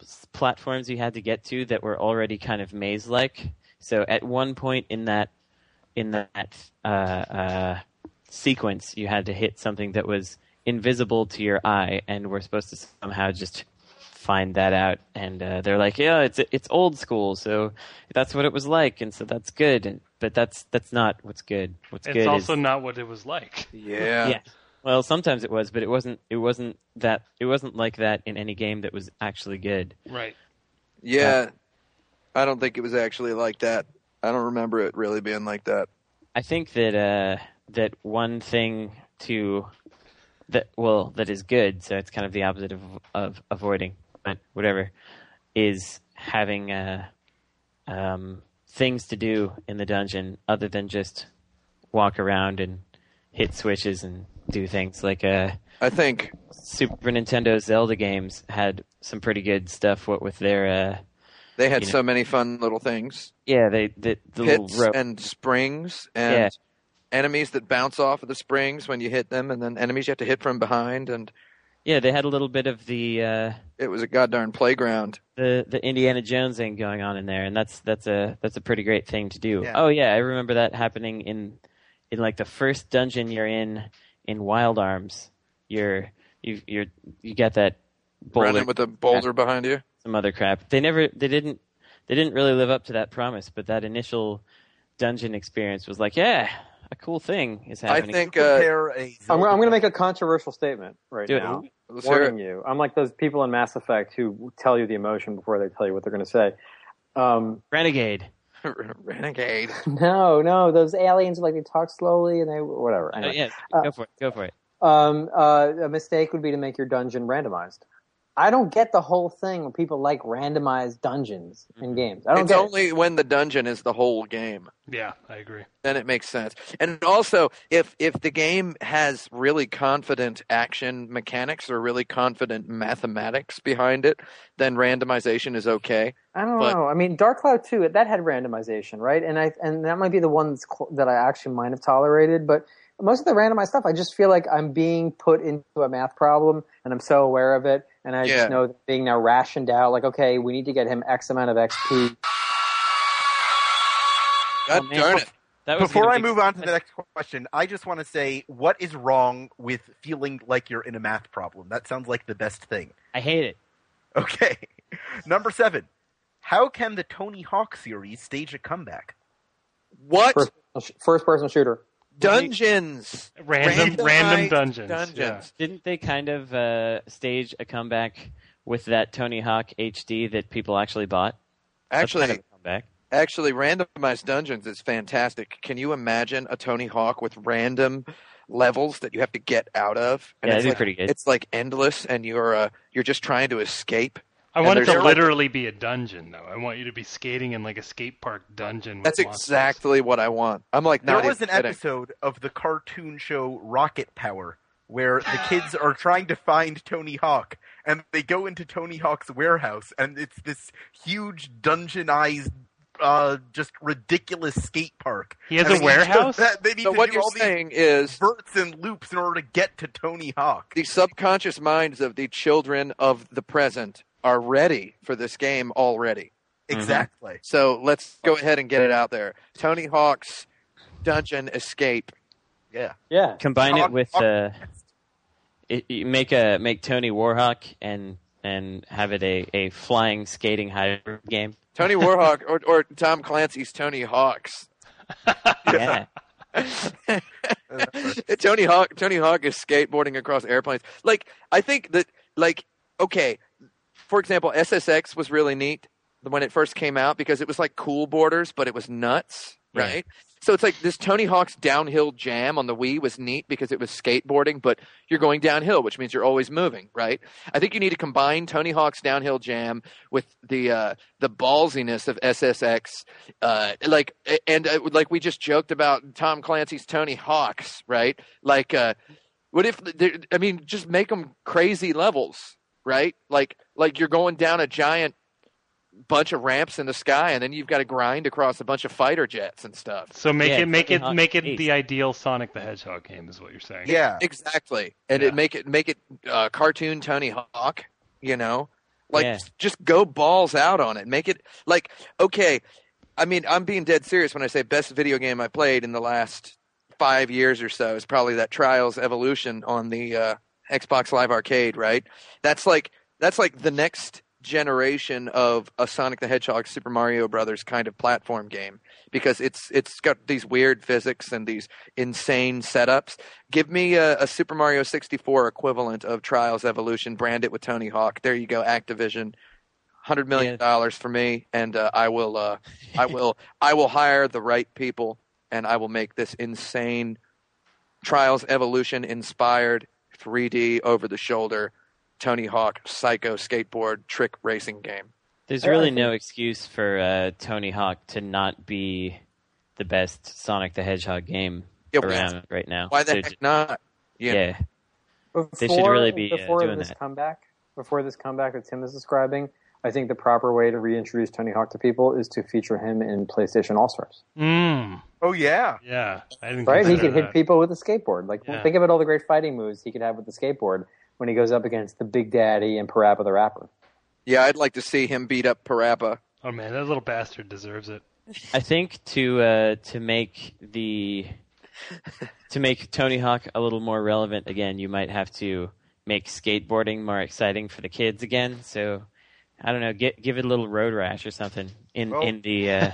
E: s- platforms you had to get to that were already kind of maze like. So at one point in that in that uh, uh, sequence, you had to hit something that was invisible to your eye, and we're supposed to somehow just find that out. And uh, they're like, "Yeah, it's it's old school, so that's what it was like, and so that's good." And but that's that's not what's good. What's
C: it's
E: good
C: also
E: is
C: not what it was like.
B: Yeah.
E: yeah. Well, sometimes it was, but it wasn't. It wasn't that. It wasn't like that in any game that was actually good.
C: Right.
B: Yeah. I don't think it was actually like that. I don't remember it really being like that.
E: I think that uh, that one thing to that well that is good. So it's kind of the opposite of of avoiding, but whatever is having uh, um, things to do in the dungeon other than just walk around and hit switches and do things like uh
B: I think
E: Super Nintendo Zelda games had some pretty good stuff. What with their uh,
B: they had
E: You know-
B: so many fun little things.
E: yeah, they the, the little
B: Pits
E: rope.
B: and springs and
E: Yeah.
B: enemies that bounce off of the springs when you hit them and then enemies you have to hit from behind and
E: yeah, they had a little bit of the uh,
B: it was a goddamn playground.
E: the the Indiana Jones thing going on in there, and that's that's a that's a pretty great thing to do.
A: Yeah.
E: Oh yeah, I remember that happening in in like the first dungeon you're in in Wild Arms. You're you you're you got that boulder
B: Running with a boulder behind you.
E: some other crap. They never they didn't they didn't really live up to that promise, but that initial dungeon experience was like, yeah, a cool thing is
B: I
E: happening.
B: think uh,
A: Compare a
D: I'm,
A: Zelda
D: I'm going to make a controversial statement right
E: Do it.
D: now.
B: let's hear
D: Warning
B: it.
D: you. I'm like those people in Mass Effect who tell you the emotion before they tell you what they're going to say. Um,
E: Renegade.
B: renegade.
D: no, no, those aliens like they talk slowly and they whatever.
E: Uh,
D: Anyway.
E: yeah,
D: Uh,
E: go for it. Go for it.
D: um, uh, a mistake would be to make your dungeon randomized. I don't get the whole thing when people like randomized dungeons in games. I don't
B: It's
D: get it.
B: only when the dungeon is the whole game.
C: Yeah, I agree.
B: then it makes sense. And also, if if the game has really confident action mechanics or really confident mathematics behind it, then randomization is okay.
D: I don't
B: But-
D: know. I mean, Dark Cloud two that had randomization, right? And I and that might be the one that's cl- that I actually might have tolerated. But most of the randomized stuff, I just feel like I'm being put into a math problem, and I'm so aware of it, and I
B: Yeah.
D: just know that being now rationed out. Like, okay, we need to get him X amount of XP.
B: God
E: Oh, man.
B: darn it!
E: That was
A: Before
E: gonna
A: I
E: be-
A: move on to the next question, I just want to say what is wrong with feeling like you're in a math problem? That sounds like the best thing.
E: I hate it.
A: Okay. Number seven. How can the Tony Hawk series stage a comeback?
B: What
D: First, first person shooter.
B: dungeons?
C: Random random
B: Randomized
C: dungeons.
B: Dungeons.
E: Didn't they kind of uh, stage a comeback with that Tony Hawk HD that people actually bought? That's
B: Actually,
E: kind of a comeback.
B: actually, randomized dungeons is fantastic. Can you imagine a Tony Hawk with random levels that you have to get out of? it's
E: Yeah, that'd be
B: like,
E: pretty good.
B: It's like endless, and you're uh, you're just trying to escape.
C: I
B: And
C: want it
B: there's-
C: to literally be a dungeon, though. I want you to be skating in like a skate park dungeon. With
B: That's
C: monsters.
B: exactly what I want. I'm like,
A: There
B: not
A: was an
B: even kidding.
A: episode of the cartoon show Rocket Power where the kids are trying to find Tony Hawk and they go into Tony Hawk's warehouse and it's this huge dungeonized uh, just ridiculous skate park.
C: He has
A: I mean,
C: a warehouse.
A: That, they need
B: So
A: to
B: what
A: do
B: you're
A: all these
B: saying is
A: verts and loops in order to get to Tony Hawk.
B: the subconscious minds of the children of the present are ready for this game already.
A: Exactly.
B: So let's go ahead and get it out there. Tony Hawk's Dungeon Escape.
A: Yeah.
D: Yeah.
E: Combine
A: Hawk-
E: it with
A: Hawk-
E: uh, it, you make a make Tony Warhawk and and have it a, a flying skating hybrid game.
B: Tony Warhawk or, or Tom Clancy's Tony Hawks.
E: Yeah,
B: Tony Hawk Tony Hawk is skateboarding across airplanes. Like I think that like okay, for example, SSX was really neat when it first came out because it was like cool borders, but it was nuts,
E: Yeah.
B: right? So it's like this Tony Hawk's downhill jam on the Wii was neat because it was skateboarding, but you're going downhill, which means you're always moving, right? I think you need to combine Tony Hawk's downhill jam with the uh, the ballsiness of SSX, uh, like and uh, like we just joked about Tom Clancy's Tony Hawk's, right? Like, uh, what if there- I mean, just make them crazy levels, right? Like like you're going down a giant bunch of ramps in the sky, and then you've got to grind across a bunch of fighter jets and stuff.
C: So make
E: Yeah,
C: it make
E: Tony
C: it
E: Hawk
C: make it
E: Ace.
C: the ideal Sonic the Hedgehog game is what you're saying.
A: Yeah.
B: Exactly, and
C: Yeah.
B: it make it make it uh, cartoon Tony Hawk. You know, like
E: Yeah.
B: just go balls out on it. Make it like okay. I mean, I'm being dead serious when I say best video game I played in the last five years or so is probably that Trials Evolution on the uh, Xbox Live Arcade. Right? That's like that's like the next generation of a Sonic the Hedgehog, Super Mario Brothers kind of platform game because it's it's got these weird physics and these insane setups. Give me a, a Super Mario 64 equivalent of Trials Evolution, brand it with Tony Hawk. There you go, Activision. Hundred million dollars for me, and uh, I will, uh, I will, I will hire the right people, and I will make this insane Trials Evolution inspired 3D over the shoulder Tony Hawk Psycho skateboard trick racing game.
E: there's
D: I- I
E: really
D: think-
E: no excuse for uh, Tony Hawk to not be the best Sonic the Hedgehog game
B: Yeah, why-
E: around right now.
B: Why the
E: They're
B: heck
E: ju-
B: not? You know?
E: yeah,
D: Before,
E: should really be, uh,
D: before
E: doing
D: this
E: that.
D: comeback. Before this comeback that Tim is describing, I think the proper way to reintroduce Tony Hawk to people is to feature him in PlayStation All Stars.
C: Mm,
A: Oh yeah.
C: yeah. I didn't
D: Right? He
C: consider
D: could hit
C: that.
D: people with a skateboard. Like
C: Yeah.
D: think about all the great fighting moves he could have with the skateboard when he goes up against the Big Daddy and Parappa the Rapper.
B: Yeah, I'd like to see him beat up Parappa.
C: Oh man, that little bastard deserves it.
E: I think to uh, to make the to make Tony Hawk a little more relevant again, you might have to make skateboarding more exciting for the kids again. So I don't know, get, give it a little road rash or something in
D: Oh.
A: Well-
E: in the uh,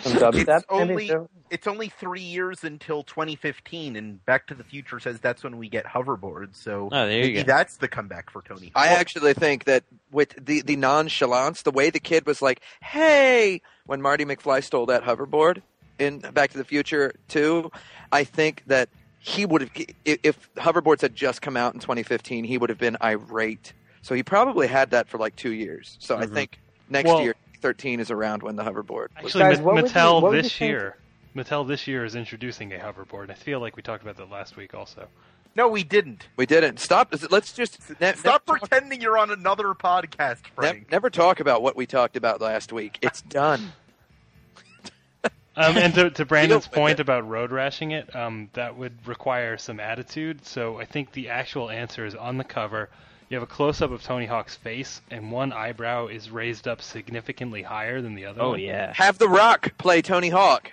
D: Some dubstep,
A: It's
D: maybe.
A: only
D: too?
A: it's only three years until 2015, and Back to the Future says that's when we get hoverboards. So
E: oh there
A: maybe
E: you go.
A: that's the comeback for Tony.
B: I
A: Hawk.
B: actually think that with the, the nonchalance, the way the kid was like, hey, when Marty McFly stole that hoverboard in Back to the Future 2, I think that he would have, if- if hoverboards had just come out in 2015, he would have been irate. So he probably had that for like two years. So I
E: Mhm.
B: think next
C: Mm-hmm. Well-
B: year, 13 is around when the hoverboard was.
C: Actually,
D: Guys,
C: Ma-
D: what would you-
C: Mattel
D: what would you
C: this
D: think-
C: year, Mattel this year is introducing a hoverboard. I feel like we talked about that last week also.
A: no, we didn't.
B: we didn't. Stop. Let's just. ne-
A: Stop
B: never, talk,
A: pretending you're on another podcast,
B: ne-
A: Frank.
B: never talk about what we talked about last week. It's done.
C: Um, and to, to Brandon's
B: You know,
C: point about road rashing it, um, that would require some attitude. So I think the actual answer is on the cover. You have a close up of Tony Hawk's face, and one eyebrow is raised up significantly higher than the other.
E: Oh
C: one.
E: yeah,
B: Have The Rock play Tony Hawk.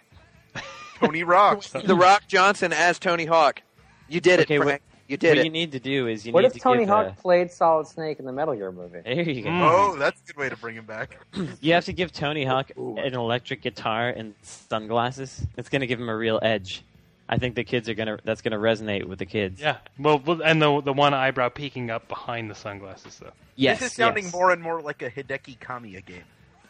A: Tony Rock.
B: The Rock Johnson as Tony Hawk. You did
E: Okay,
B: it,
E: what-
B: Frank. you did
E: what
B: it.
E: you need to do is you
D: What
E: need
D: if
E: to
D: Tony
E: give
D: Hawk Hmm.
E: uh,
D: played Solid Snake in the Metal Gear movie?
E: there you go.
C: Mm.
A: oh, that's a good way to bring him back.
E: You have to give Tony Hawk an electric guitar and sunglasses. It's going to give him a real edge. I think the kids are going to. That's going to resonate with the kids.
C: Yeah. Well, well, and the the one eyebrow peeking up behind the sunglasses, though.
E: Yes.
A: this is sounding
E: yes.
A: more and more like a Hideki Kamiya game.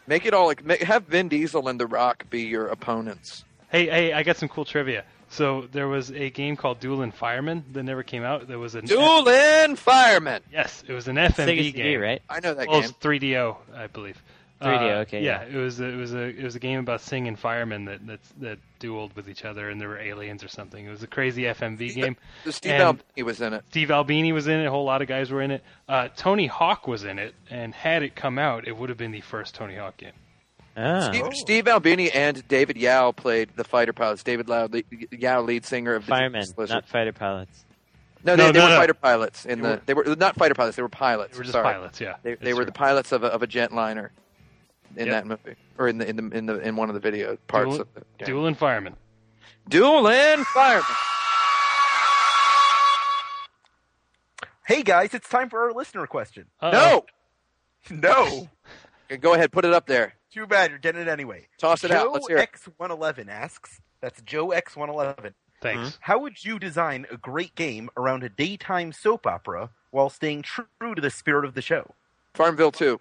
B: Make it all like make, have Vin Diesel and The Rock be your opponents.
C: Hey, hey, I got some cool trivia. So there was a game called Duelin' Fireman that never came out. There was an
B: Dueling Fireman.
C: yes, it was an
E: Sega
C: FMV
E: CD,
C: game,
E: right?
B: I know that
C: Well,
B: game.
C: it's 3DO, I believe.
E: 3DO,
C: Uh,
E: okay,
C: Yeah, it was it was a it was a game about Sing and firemen that that that dueled with each other, and there were aliens or something. It was a crazy FMV game.
B: So Steve
C: and-
B: Albini was in it.
C: Steve Albini was in it. A whole lot of guys were in it. Uh, Tony Hawk was in it, and had it come out, it would have been the first Tony Hawk game.
E: Ah.
B: Steve, Steve Albini and David Yao played the fighter pilots. David Lau, le- Yao, lead singer of the
E: Firemen,
B: Judas Lizard.
E: not fighter pilots.
B: no, they,
C: No,
B: they
C: no,
B: were
C: no.
B: fighter pilots. In
C: They
B: the
C: were-
B: they were not fighter pilots. They were pilots.
C: They were just
B: Sorry.
C: pilots, yeah.
B: They, they
E: That's
B: were the pilots of a, of a jetliner in
C: Yep.
B: that movie, or in the in the in the in one of the video parts
C: Dual,
B: of the game.
C: dual and fireman.
B: Duel and firemen.
A: Hey guys, it's time for our listener question.
E: Uh,
C: Uh-oh.
B: No,
A: No,
B: go ahead, put it up there.
A: too bad you're getting it anyway.
B: Toss it
A: Joe
B: out. Let's hear it.
A: X111 asks. That's Joe X111.
C: Thanks.
A: How would you design a great game around a daytime soap opera while staying true to the spirit of the show?
B: Farmville Two.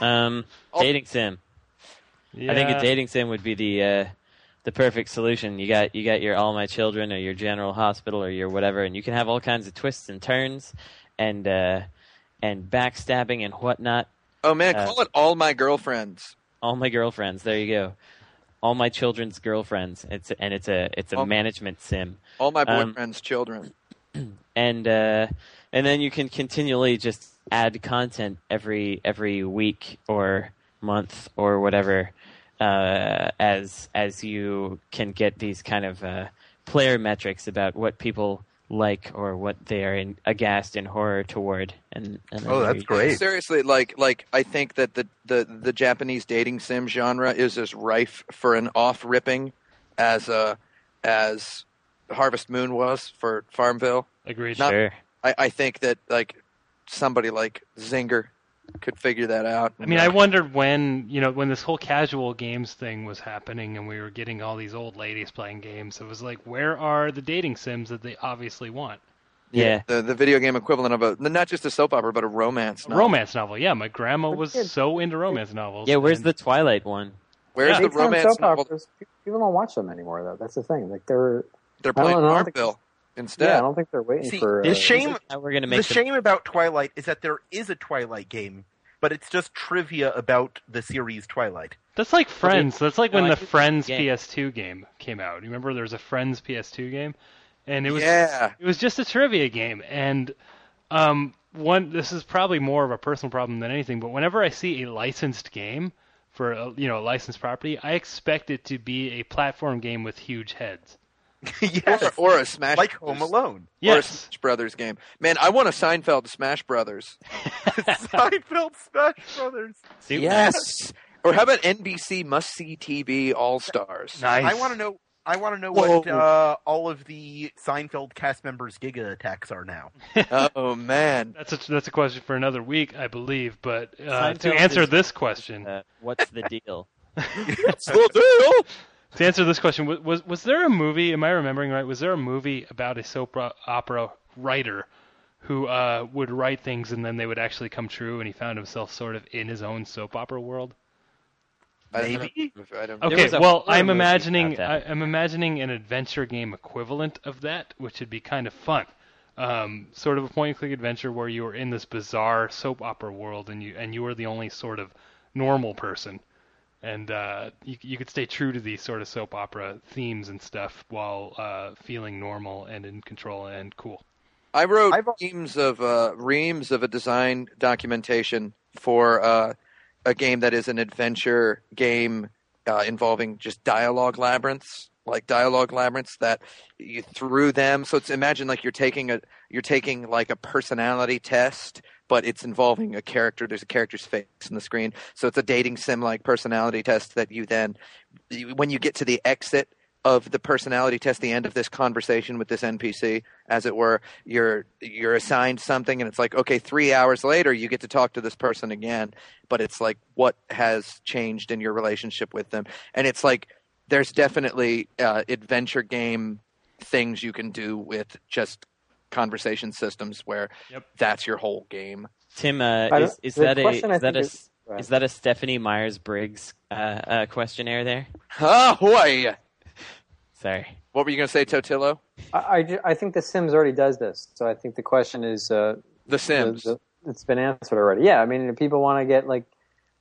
E: Um,
B: Oh.
E: dating sim. Mm-hmm. I think a
C: Yeah.
E: dating sim would be the uh, the perfect solution. You got you got your all my children or your general hospital or your whatever, and you can have all kinds of twists and turns, and uh, and backstabbing and whatnot.
B: Oh man,
E: Uh,
B: call it all my girlfriends.
E: All my girlfriends. There you go. All my children's girlfriends. It's and it's a it's a
B: Oh.
E: management sim.
B: All my
E: Um,
B: boyfriend's children.
E: and uh, and then you can continually just add content every every week or month or whatever uh, as as you can get these kind of uh, player metrics about what people like or what they are in, aghast in horror toward. And, and
A: Oh, that's great.
B: Seriously, like like I think that the, the the Japanese dating sim genre is as rife for an off ripping as uh as Harvest Moon was for Farmville.
C: Agreed.
B: Not-
E: Sure.
B: I, I think that like somebody like Zinger could figure that out.
C: I mean, I wondered when you know when this whole casual games thing was happening, and we were getting all these old ladies playing games. It was like, where are the dating sims that they obviously want?
E: Yeah.
B: the the video game equivalent of a not just a soap opera but a romance.
C: A
B: novel.
C: romance novel. Yeah, my grandma
D: But
C: was
D: yeah.
C: so into romance novels.
E: Yeah. Where's
C: and-
E: the Twilight one?
B: Where's
C: Yeah.
B: the
D: Daytime
B: romance
D: soap
B: novel?
D: operas, people don't watch them anymore, though. That's the thing. Like they're
B: They're
D: I don't-
B: playing
D: I don't think-
B: Farmville instead.
D: yeah, I don't think they're waiting
A: See,
D: for.
A: the
D: uh,
A: shame,
E: How we're gonna
A: the
E: make them-
A: shame about Twilight is that there is a Twilight game, but it's just trivia about the series Twilight.
C: That's like Friends. That's like
E: No,
C: when
E: I
C: the
E: think-
C: Friends
E: yeah.
C: PS2 game came out. You remember there was a Friends PS2 game, and it was
B: Yeah.
C: it was just a trivia game. And um, one this is probably more of a personal problem than anything. But whenever I see a licensed game for a, you know a licensed property, I expect it to be a platform game with huge heads.
A: yes,
B: or, or a Smash
A: like Home Alone.
B: or a
C: Yes,
B: Smash Brothers game. Man, I want a Seinfeld Smash Brothers.
A: Seinfeld, Smash Brothers.
E: Super.
B: Yes. Or how about NBC Must See TV All Stars?
C: nice.
A: I want to know. I want to know what
B: Whoa.
A: uh, all of the Seinfeld cast members' giga attacks are now.
B: oh man,
C: That's a, that's a question for another week, I believe. But uh, to
E: Seinfeld
C: answer
E: is-
C: this question,
E: Uh, what's the deal?
B: it's the deal.
C: to answer this question, wa- was was there a movie? Am I remembering right? Was there a movie about a soap o- opera writer who uh, would write things and then they would actually come true? And he found himself sort of in his own soap opera world.
B: I don't know
A: Maybe?
B: if- I don't-
C: Okay,
E: was a
C: well,
E: horror
C: I'm
E: movie
C: imagining
E: about that.
C: I, I'm imagining an adventure game equivalent of that, which would be kind of fun. Um, sort of a point-and-click adventure where you are in this bizarre soap opera world, and you and you are the only sort of normal person, and uh, you you could stay true to these sort of soap opera themes and stuff while uh, feeling normal and in control and cool.
B: I wrote
A: I've-
B: reams of uh, reams of a design documentation for uh, a game that is an adventure game uh, involving just dialogue labyrinths, like dialogue labyrinths that you through them. So it's imagine like you're taking a you're taking like a personality test, but it's involving a character. There's a character's face in the screen, so it's a dating sim like personality test that you then you- when you get to the exit of the personality test, the end of this conversation with this NPC, as it were, you're you're assigned something, and it's like, okay, three hours later, you get to talk to this person again, but it's like, what has changed in your relationship with them? And it's like, there's definitely uh, adventure game things you can do with just conversation systems where
C: Yep.
B: that's your whole game.
E: Tim, uh,
D: I don't-
E: is, is
D: the
E: that a
D: question I
E: is that
D: think
E: a
D: is-
E: s- is that a Stephanie Myers Briggs uh, uh, questionnaire there?
B: Oh, boy.
E: Sorry.
B: What were you going to say, Totillo?
D: I, I, ju- I think The Sims already does this, so I think the question is uh,
B: The Sims.
D: the- the- it's been answered already. Yeah, I mean, if people want to get like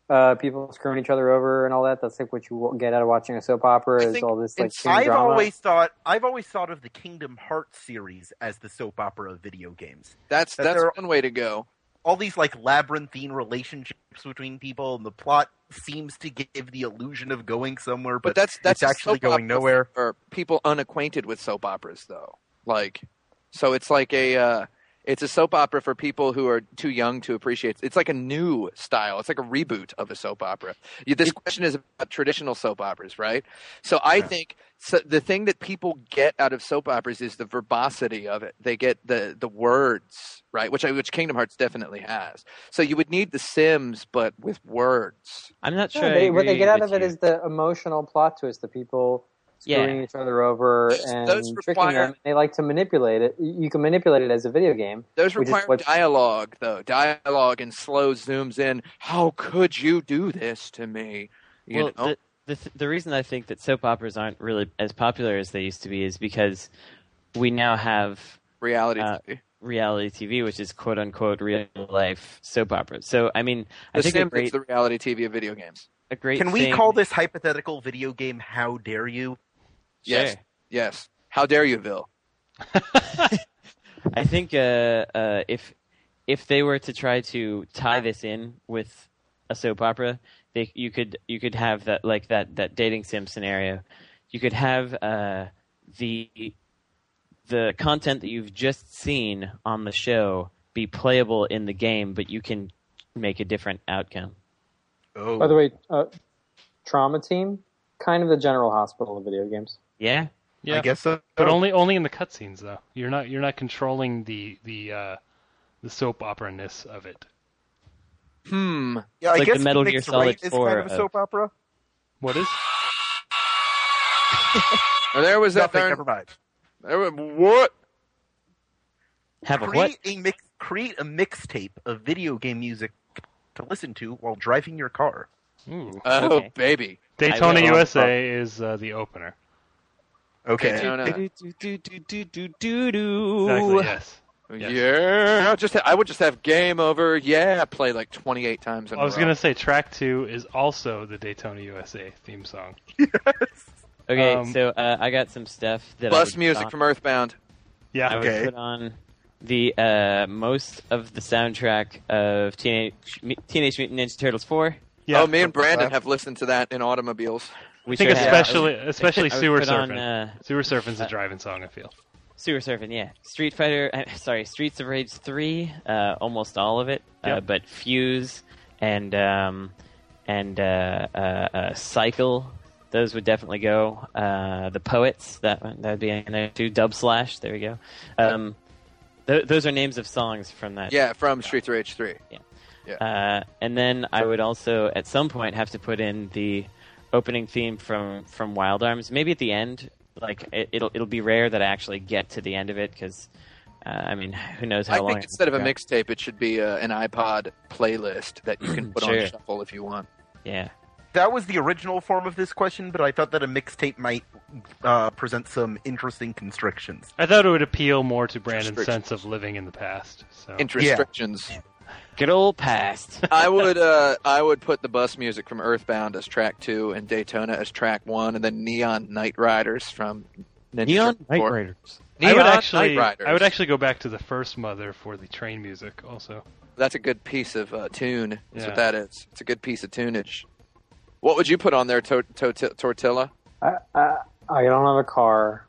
D: uh, people screwing each other over and all that, that's like what you wa- get out of watching a soap opera
A: I
D: is
A: think
D: all this like
A: it's-
D: teen
A: I've
D: drama.
A: always thought I've always thought of the Kingdom Hearts series as the soap opera of video games.
B: that's
A: that
B: that's
A: they're-
B: one way to go.
A: all these like labyrinthine relationships between people, and the plot seems to give the illusion of going somewhere, but,
B: But that's that's
A: it's
B: a
A: actually
B: soap
A: going
B: opera
A: nowhere.
B: for people unacquainted with soap operas, though. Like, so it's like a uh, it's a soap opera for people who are too young to appreciate. It's like a new style. It's like a reboot of a soap opera. You, this question is about traditional soap operas, right? So I think so the thing that people get out of soap operas is the verbosity of it. They get the the words, right? Which I, which Kingdom Hearts definitely has. So you would need The Sims, but with words.
E: I'm not sure.
D: No,
E: I
D: they, what they
E: agree
D: get out
E: with
D: of it
E: you.
D: is the emotional plot twist, the people screwing
E: Yeah.
D: each other over and
B: Those
D: tricking
B: require-
D: them. They like to manipulate it. You you can manipulate it as a video game.
B: Those
D: which is
B: require
D: what-
B: dialogue, though. Dialogue and slow zooms in. How could you do this to me? You
E: well,
B: know?
E: the, the th- the reason I think that soap operas aren't really as popular as they used to be is because we now have
B: reality
E: uh,
B: TV.
E: reality TV, which is quote unquote real life soap operas. So I mean, I
B: The
E: think
B: Sims
E: a great
B: is the reality TV of video games.
E: a great
A: Can we
E: thing-
A: call this hypothetical video game "How Dare You"?
B: Yes.
E: Sure.
B: Yes. How dare you, Bill?
E: I think uh, uh, if if they were to try to tie this in with a soap opera, they you could you could have that like that that dating sim scenario. You could have uh, the the content that you've just seen on the show be playable in the game, but you can make a different outcome.
A: Oh,
D: By the way, uh, Trauma Team, kind of the General Hospital of video games.
E: Yeah,
C: Yeah,
A: I guess so.
C: but only only in the cutscenes though. You're not you're not controlling the the uh, the soap opera ness of it.
B: Hmm.
A: yeah, I
E: like the
A: guess
E: Metal Gear
A: Mixed
E: Solid
A: Rate is
E: 4
A: kind of a
E: of-
A: soap opera.
C: What is?
B: Oh, there was that
A: Nothing.
B: darn.
A: Never mind.
B: There was, what?
E: have a what?
A: create a mix, create a mixtape of video game music to listen to while driving your car.
C: Ooh.
B: Oh,
E: Okay.
B: baby.
C: Daytona
E: will.
C: USA is uh, the opener.
A: Okay.
B: Daytona.
C: Exactly.
E: Exactly.
C: Yes. Yes.
B: Yeah. Just I would just have game over. Yeah. Play like 28 times in
C: I was
B: a row.
C: gonna say track two is also the Daytona USA theme song.
E: Okay,
C: Um,
E: so uh, I got some stuff that I
B: Bus
E: would
B: music
E: not-
B: from Earthbound.
C: Yeah.
E: I would
A: Okay.
E: put on the uh, most of the soundtrack of Teenage, Mu- Teenage Mutant Ninja Turtles Four.
C: Yeah.
B: Oh, me and Brandon have listened to that in automobiles.
E: We
C: I think
E: sure have.
C: especially especially
E: I would
C: sewer
E: put on,
C: surfing.
E: uh,
C: sewer surfing's a
E: uh,
C: driving song. I feel.
E: Sewer Surfing, yeah. Street Fighter, uh, sorry, Streets of Rage Three, uh, almost all of it, uh,
C: Yep.
E: but Fuse and um, and uh, uh, uh, Cycle, those would definitely go. Uh, the Poets, that one, that'd be in there too. Dub Slash, there we go. Um, th- those are names of songs from that
B: Yeah, from Streets of Rage 3.
E: Uh, and then I would also, at some point, have to put in the opening theme from from Wild Arms. Maybe at the end, like it, it'll it'll be rare that I actually get to the end of it because, uh, I mean, who knows how
B: I
E: long?
B: think instead of a
E: Yeah.
B: mixtape, it should be uh, an iPod playlist that you can put
E: Sure.
B: on shuffle if you want.
E: Yeah,
A: That was the original form of this question, but I thought that a mixtape might uh, present some interesting constrictions.
C: I thought it would appeal more to Brandon's
B: Restrictions.
C: sense of living in the past. So
B: Interest
A: Yeah.
B: restrictions.
E: good old past.
B: I would uh, I would put the bus music from Earthbound as track two and Daytona as track one, and then Neon Night Riders from Ninja
E: Neon
B: Turtles
E: Knight
B: 4.
E: Riders.
B: Neon
C: I would actually
B: Knight Riders.
C: I would actually go back to the first mother for the train music also.
B: That's a good piece of uh, tune. Is
C: Yeah.
B: what that is. It's a good piece of tunage. What would you put on there, to- to- to- Tortilla?
D: I, I, I don't have a car.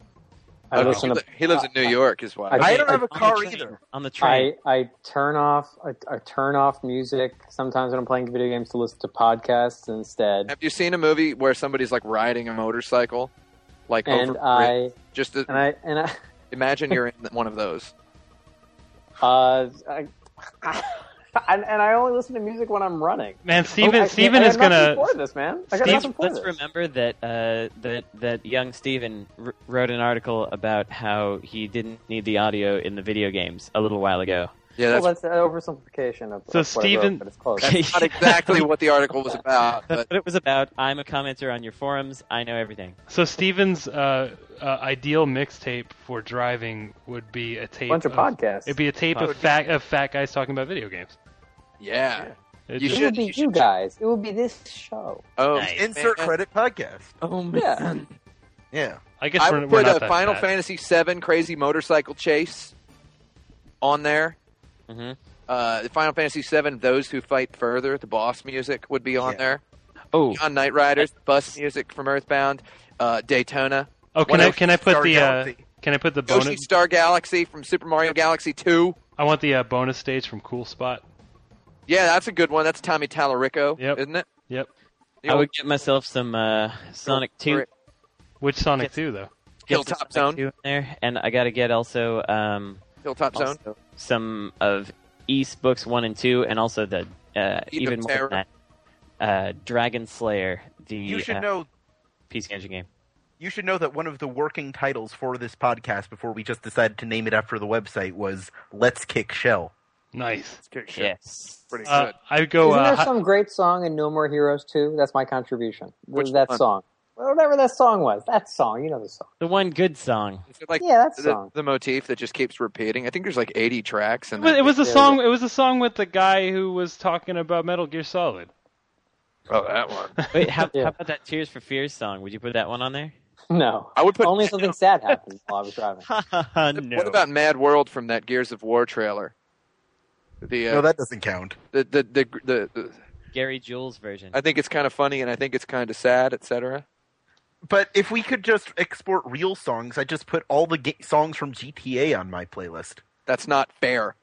D: I
B: Okay, he,
D: listen to.
B: li- he lives in New York, is why.
D: I-
A: I don't have a
E: On the
A: car
E: train,
A: either.
E: On the train.
D: I, I turn off I, I turn off music sometimes when I'm playing video games to listen to podcasts instead.
B: Have you seen a movie where somebody's like riding a motorcycle, like
D: And
B: over a bridge?
D: I
B: just to,
D: and I and I
B: imagine you're in one of those?
D: uh, I, and, and I only listen to music when I'm running.
C: Man, Steven
D: I-
C: Steven
D: I had
C: is gonna
D: nothing for this man. I got
E: Steve,
D: nothing for
E: let's
D: this.
E: remember that uh, that that young Steven r- wrote an article about how he didn't need the audio in the video games a little while ago.
B: Yeah,
D: Well,
B: that's
D: that's an oversimplification of,
C: So
D: of what I wrote,
C: Steven-
D: but it's close.
B: That's not exactly what the article was about,
E: That's
B: but
E: what it was about. I'm a commenter on your forums. I know everything.
C: So Steven's uh, uh, ideal mixtape for driving would be a tape
D: Bunch of podcasts.
C: It'd be a tape of fat of fat guys talking about video games.
B: yeah.
C: It
B: You
D: it
C: just-
B: should-
D: would be you,
B: you should-
D: guys. It would be this show.
B: Oh,
E: Nice.
A: Insert
B: man.
A: credit podcast.
E: Oh
D: Yeah.
A: Yeah.
C: I guess
B: I
C: we're,
B: would
C: we're
B: put
C: not
B: a
C: that
B: Final
C: fat.
B: Fantasy VII Crazy Motorcycle Chase on there.
D: Mm-hmm.
E: Mhm.
B: Uh, Final Fantasy VII, Those Who Fight Further, the boss music would be on
A: Yeah.
B: there.
E: Oh,
B: On Knight Riders, bus music from Earthbound, uh, Daytona,
C: Oh, can
B: What
C: I
B: else?
C: can I put
A: Star
C: the uh,
A: Galaxy.
C: can I put the
B: Yoshi
C: bonus?
B: Star Galaxy from Super Mario Galaxy 2.
C: I want the uh, bonus stage from Cool Spot.
B: Yeah, that's a good one. That's Tommy Tallarico,
C: Yep.
B: isn't it?
C: Yep.
B: The
E: I
B: old
E: would get myself some uh, Sonic Two.
C: Which Sonic Two though?
E: get the
B: Hilltop
E: Sonic
B: Zone.
E: 2 in there, and I got to get also um,
B: Hilltop Zone.
E: also some of East books one and two, and also the uh,
B: Eve
E: even
B: of
E: more than that, uh, Dragon Slayer, the
A: You should
E: uh,
A: know.
E: PC Engine game.
A: You should know that one of the working titles for this podcast, before we just decided to name it after the website, was "Let's Kick Shell."
C: Nice.
E: Yes,
B: Pretty good.
C: Uh, I go.
D: Isn't
C: Uh,
D: there
C: hi-
D: some great song in No More Heroes too? That's my contribution.
B: Which
D: that
B: one?
D: song, whatever that song was, that song, you know the song.
E: the one good song.
B: Is it like
D: Yeah, that
B: the,
D: song.
B: the motif that just keeps repeating? I think there's like 80 tracks. And
C: But it was the
D: There we
C: song. It was the song with the guy who was talking about Metal Gear Solid.
B: oh, that one.
E: Wait, how,
D: Yeah.
E: how about that Tears for Fears song? Would you put that one on there?
D: No,
B: I would put.
D: only if something sad happened while I was driving.
E: no.
B: What about Mad World from that Gears of War trailer? The, uh,
A: No, that doesn't count.
B: the, the, the, the, the
E: Gary Jules version?
B: I think it's kind of funny and I think it's kind of sad, etc.
A: But if we could just export real songs, I just put all the ga- songs from GTA on my playlist.
B: That's not fair.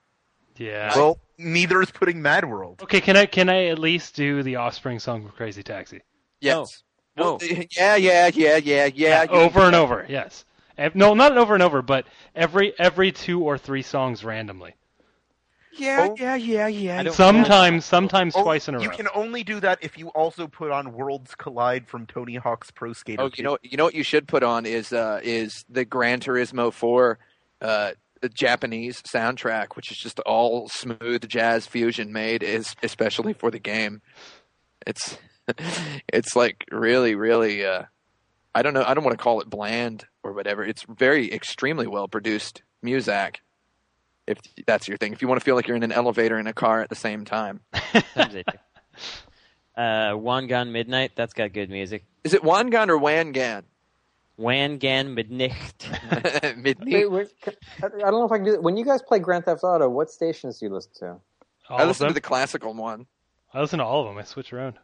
C: Yeah.
A: Well, neither is putting Mad World.
C: okay. Can I can I at least do the Offspring song from Crazy Taxi?
B: Yes.
E: No.
C: Oh.
B: Well, yeah, yeah, yeah, yeah, yeah. you-
C: over and over. Yes. Ev- No, not over and over, but every every two or three songs randomly.
B: Yeah,
A: Oh.
B: yeah, yeah, yeah.
E: I don't-
C: Sometimes, sometimes
A: Oh,
C: twice in a
A: you
C: row.
A: can only do that if you also put on Worlds Collide from Tony Hawk's Pro Skater.
B: Oh,
A: 2.
B: you know, you know what you should put on is uh, is the Gran Turismo Four uh, the Japanese soundtrack, which is just all smooth jazz fusion made, is especially for the game. It's it's like really, really. Uh, I don't know. I don't want to call it bland or whatever. It's very extremely well produced music. If that's your thing, if you want to feel like you're in an elevator in a car at the same time,
E: Sometimes I do. Uh, Wangan Midnight. That's got good music.
B: is it Wangan or Wangan?
E: Wangan Midnicht.
B: Midnight.
D: Wait, wait, c- I don't know if I can do that. When you guys play Grand Theft Auto, what stations do you listen to?
C: All
B: I
C: of
B: listened
C: them.
B: to the classical one.
C: I listen to all of them. I switch around.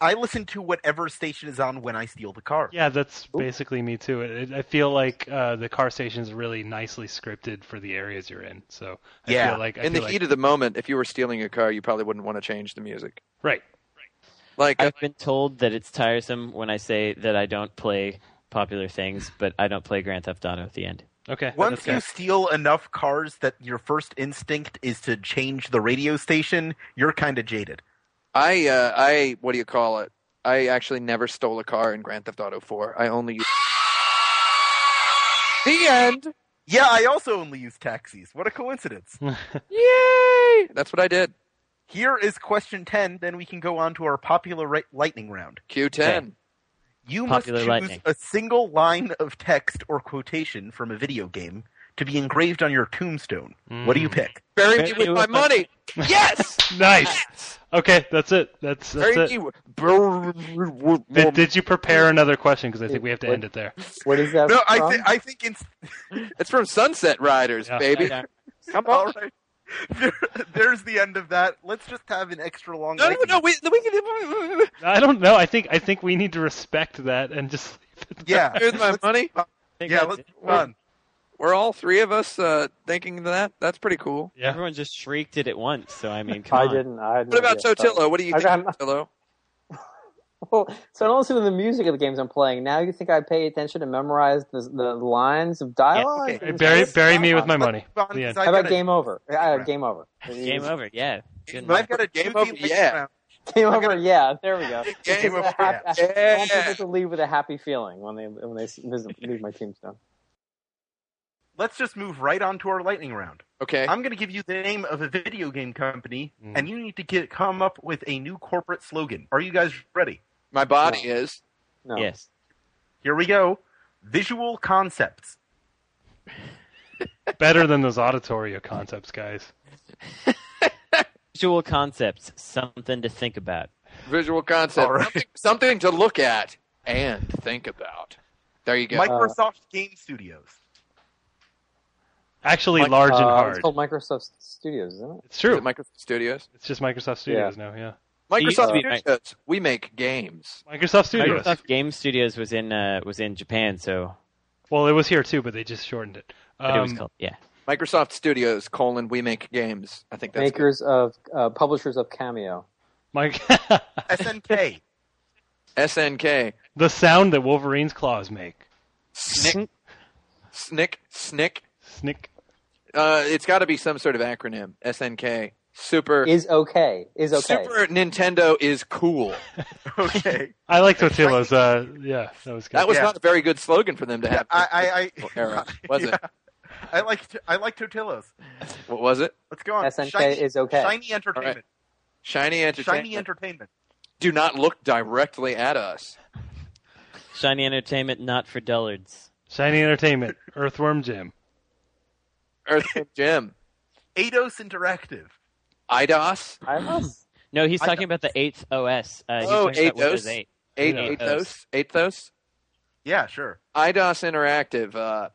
A: I listen to whatever station is on when I steal the car.
C: Yeah, that's basically me too. It, it, I feel like uh, the car station's really nicely scripted for the areas you're in. So I
A: Yeah.
C: feel like I
B: in the
C: feel like-
B: heat of the moment, if you were stealing a car, you probably wouldn't want to change the music.
C: right.
B: Like, uh,
E: I've been told that it's tiresome when I say that I don't play popular things, but I don't play Grand Theft Auto at the end.
C: Okay.
A: Once
C: that's
A: you steal enough cars that your first instinct is to change the radio station, you're kind of jaded.
B: I, uh, I, what do you call it? I actually never stole a car in Grand Theft Auto 4. I only used. the end.
A: Yeah, I also only use taxis. What a coincidence.
B: Yay! That's what I did.
A: Here is question 10, then we can go on to our popular ri- lightning round.
B: Q10.
A: You
E: Popular
A: must choose
E: lightning.
A: a single line of text or quotation from a video game to be engraved on your tombstone. What
E: Hmm.
A: do you pick?
B: Bury
E: Bury
B: me with
E: you
B: my
E: with my-
B: money. yes.
C: good. nice. Okay, that's it. That's that's
B: Bury
C: it.
B: me. with- Bury me with my-
C: Did, did you prepare another question? Because I think we have to
D: What?
C: end it there.
D: What is that?
A: No, I,
D: from?
A: thi- I think it's
B: It's from Sunset Riders,
C: Yeah.
B: baby.
E: Yeah,
B: Come
A: all right. There- there's the end of that. Let's just have an extra long.
B: No, no,
A: lightning
B: no. We, we can.
C: I don't know. I think I think we need to respect that and just leave it there.
A: Yeah,
B: Bury me with my money.
E: I think
A: yeah.
E: that's
A: Let's
E: it.
A: move on.
B: We're all three of us uh, thinking that. That's pretty cool.
C: yeah.
E: Everyone just shrieked it at once, so I mean, come
D: I
E: on.
D: didn't. I had no
B: What about
D: idea. Sorry.
B: Sotillo? What do you
D: I
B: think,
D: got-
B: Sotillo?
D: Well, so I don't listen to the music of the games I'm playing. Now you think I pay attention and memorize the, the lines of dialogue?
A: okay.
C: Bury bury me with my
A: Let's
C: money.
A: move on,
C: The end.
A: 'cause I've
D: How about
A: got a-
D: game over? Uh,
A: round.
D: game over.
E: Game over. Yeah. Good
A: I've
E: enough.
A: got a
B: Game
A: two
B: over,
A: feet
B: yeah.
A: round.
D: Game over. Yeah, there we go.
B: Game
D: It's a
A: over,
D: hap-
B: yeah.
D: I want people to leave with a happy feeling when they when they s- visit, leave my tombstone.
A: Let's just move right on to our lightning round.
B: Okay. Mm-hmm.
A: I'm going to give you the name of a video game company,
C: Mm.
A: and you need to get, come up with a new corporate slogan. Are you guys ready?
B: My body
D: No.
B: is.
D: No.
E: Yes.
A: Here we go. Visual Concepts.
C: Better than those auditorio concepts, guys.
E: Visual concepts, something to think about.
B: Visual concept.
A: All right.
B: Something, something to look at and think about. There you go.
A: Microsoft Game Studios.
C: Actually,
B: Mike-
C: large and
D: Uh,
C: hard.
D: It's called Microsoft Studios, isn't it?
C: It's true.
B: Is it Microsoft Studios.
C: it's just Microsoft Studios now. Yeah.
B: Microsoft
E: uh,
B: Studios. We make games.
C: Microsoft Studios.
E: Microsoft Game Studios was in uh, was in Japan, so
C: Well, it was here too, but they just shortened it.
E: but it was
C: Um,
E: called yeah.
B: Microsoft Studios colon we make games. I think that's good.
D: Makers of uh, publishers of Cameo.
C: Mike,
A: SNK.
B: SNK.
C: the sound that Wolverine's claws make.
B: Snick. Snick. Snick.
C: Snick.
B: Uh, it's got to be some sort of acronym. SNK. Super.
D: Is okay. Is okay.
B: Super Nintendo is cool.
A: Okay.
C: I like Totila's. Uh, yeah, that was good.
B: That was
A: Yeah.
B: not a very good slogan for them to
A: Yeah,
B: have.
A: I, I, I,
B: era, was it?
A: I like I like Totillos.
B: What was it?
A: Let's go on.
D: SNK is okay.
A: Shiny entertainment.
B: Shiny Entertainment.
A: Shiny entertainment.
B: Do not look directly at us.
E: Shiny Entertainment, not for dullards.
C: Shiny Entertainment, Earthworm Jim.
B: Earthworm Jim.
A: Eidos Interactive.
B: IDOS.
D: I was.
E: No, he's
A: I
E: talking about the eighth OS. Uh, he's
B: Oh,
E: talking about
B: Athos.
E: Windows 8.
B: Eight,
C: Yeah.
B: Athos. Athos.
A: Yeah, sure.
B: IDOS Interactive. Uh,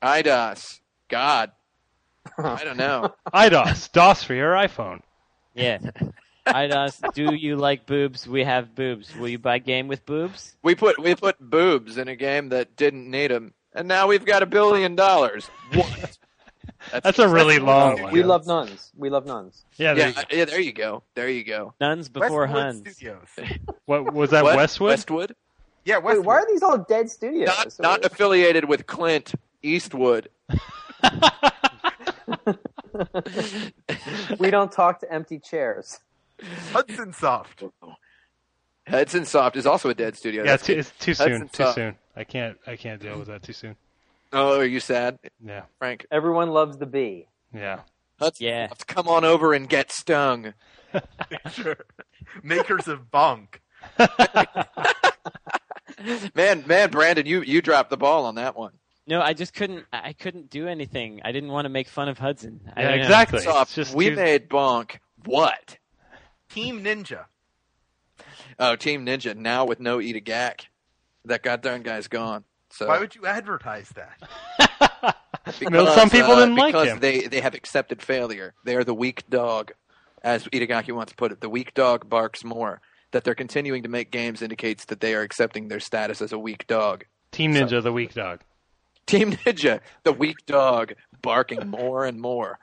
B: IDOS. God. I don't know.
C: IDOS, DOS for your iPhone.
E: Yeah. IDOS, do you like boobs? We have boobs. Will you buy game with boobs?
B: We put we put boobs in a game that didn't need them, and now we've got a billion dollars. What?
C: That's a really long one.
D: We love nuns. We love nuns.
C: Yeah, there
B: yeah,
C: you go.
B: I- yeah. There you go. There you go.
E: Nuns before
A: Westwood
E: Huns.
A: Studios.
C: What was that?
B: What?
C: Westwood.
B: Westwood.
A: Yeah,
D: Wait,
A: Westwood.
D: why are these all dead studios?
B: Not
D: So
B: not
D: weird.
B: affiliated with Clint Eastwood.
D: we don't talk to empty chairs.
A: Hudson Soft.
B: Hudson Soft is also a dead studio.
C: Yeah,
B: That's
C: it's, too-
B: good.
C: it's too
B: That's
C: soon.
B: a
C: Too
B: tough-
C: soon. I can't. I can't deal with that too soon.
B: Oh, are you sad,
C: Yeah.
B: Frank?
D: Everyone loves the bee.
C: Yeah.
B: Hudson
E: Yeah.
B: Soft, come on over and get stung.
A: Sure. Makers of Bonk.
B: Man, man, Brandon, you you dropped the ball on that one.
E: No, I just couldn't. I I couldn't do anything. I didn't want to make fun of Hudson. I
C: Yeah,
E: don't know.
C: exactly. It's
B: Soft,
C: just
B: uh, we
C: too-
B: made bonk. What?
A: Team Ninja.
B: Oh, Team Ninja now with no eat a gack. That goddamn guy's gone. So
A: Why would you advertise that?
C: No, some people didn't like
B: uh, because
C: him.
B: they they have accepted failure. They are the weak dog, as Itagaki wants to put it. The weak dog barks more. That they're continuing to make games indicates that they are accepting their status as a weak dog.
C: Team Ninja, the weak dog.
B: Team Ninja, the weak dog, barking more and more.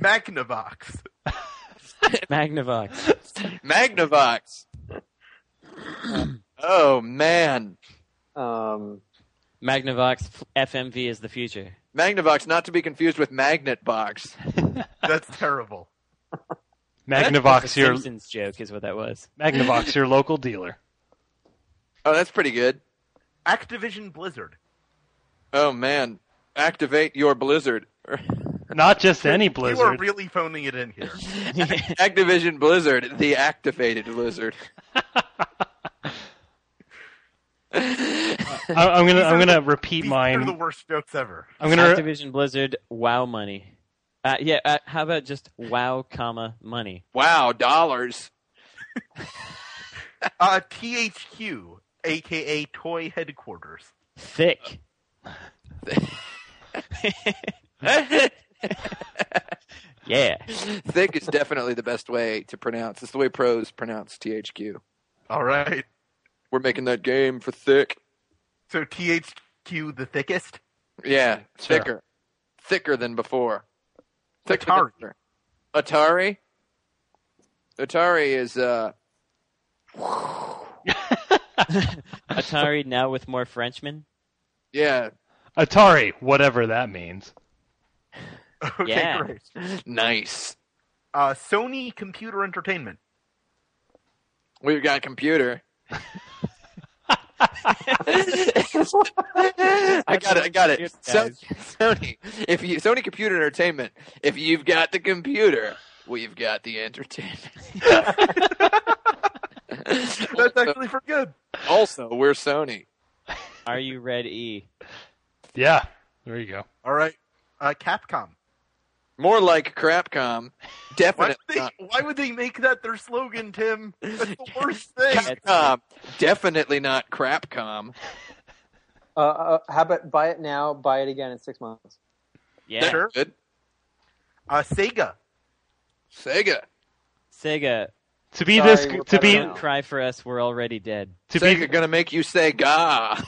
A: Magnavox.
E: Magnavox.
B: Magnavox. oh man,
D: Um,
E: Magnavox f- FMV is the future.
B: Magnavox, not to be confused with Magnet Box.
A: That's terrible.
E: The
C: Magnavox, your
E: Simpsons joke is what that was.
C: Magnavox, your local dealer.
B: Oh, that's pretty good.
A: Activision Blizzard.
B: Oh man, activate your Blizzard.
C: Not just any
A: You are
C: Blizzard.
A: really phoning it in here.
B: Activision Blizzard, the activated Blizzard.
C: I, I'm gonna. I'm
A: are
C: gonna
A: the-
C: repeat
A: These are the
C: mine.
A: worst jokes ever.
C: I'm gonna.
E: Activision Blizzard. Wow, money. Uh, yeah. Uh, how about just wow, comma money?
B: Wow, dollars.
A: Uh, THQ, aka Toy Headquarters.
E: Thick. yeah.
B: Thick is definitely the best way to pronounce. It's the way pros pronounce THQ.
A: All right.
B: We're making that game for thick.
A: So THQ, the thickest.
B: Yeah,
C: Sure.
B: thicker, thicker than before.
A: Atari.
B: Than before. Atari. Atari is uh,
E: Atari now with more Frenchmen.
B: yeah,
C: Atari, whatever that means.
A: Okay,
E: Yeah.
A: great.
B: nice.
A: Uh, Sony Computer Entertainment.
B: We've got computer. I got it. I got it. So,
E: Guys.
B: Sony, if you Sony Computer Entertainment, if you've got the computer, we've got the entertainment.
A: That's actually for good.
B: also, we're Sony.
E: Are you red E?
C: Yeah. There you go.
A: All right. Uh, Capcom.
B: More like Crapcom.
A: Why would,
B: Definitely
A: they,
B: not.
A: why would they make that their slogan, Tim? That's the worst thing.
E: That's-
B: Capcom. Definitely not Crapcom.
D: Uh, uh, how about buy it now, buy it again in six months?
E: Yeah.
A: Sure.
B: Good.
A: Uh, Sega.
B: Sega.
E: Sega,
C: To be
D: Sorry,
C: this
D: we're
C: to be
D: better
E: don't
D: now.
E: cry for us. We're already dead.
C: to
B: Sega
C: be
B: gonna make you say "ga."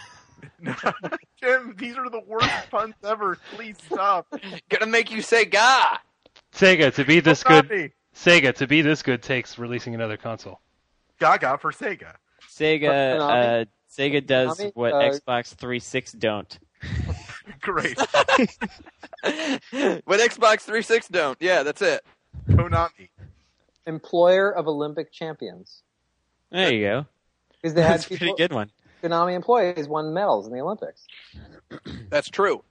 A: Jim, these are the worst puns ever. Please stop.
B: gonna make you say "ga."
C: Sega to be this
A: Stop
C: good
A: me.
C: Sega to be this good takes releasing another console. Gaga for Sega.
E: Sega,
D: Konami?
E: uh, Sega does
D: Konami?
E: what
D: Uh,
E: Xbox 360 don't.
A: Great.
B: what Xbox 360 don't. Yeah, that's it.
A: Konami.
D: Employer of Olympic champions.
E: There you go.
D: Because they had
E: That's a
D: people,
E: pretty good one.
D: Konami employees won medals in the Olympics.
B: That's true.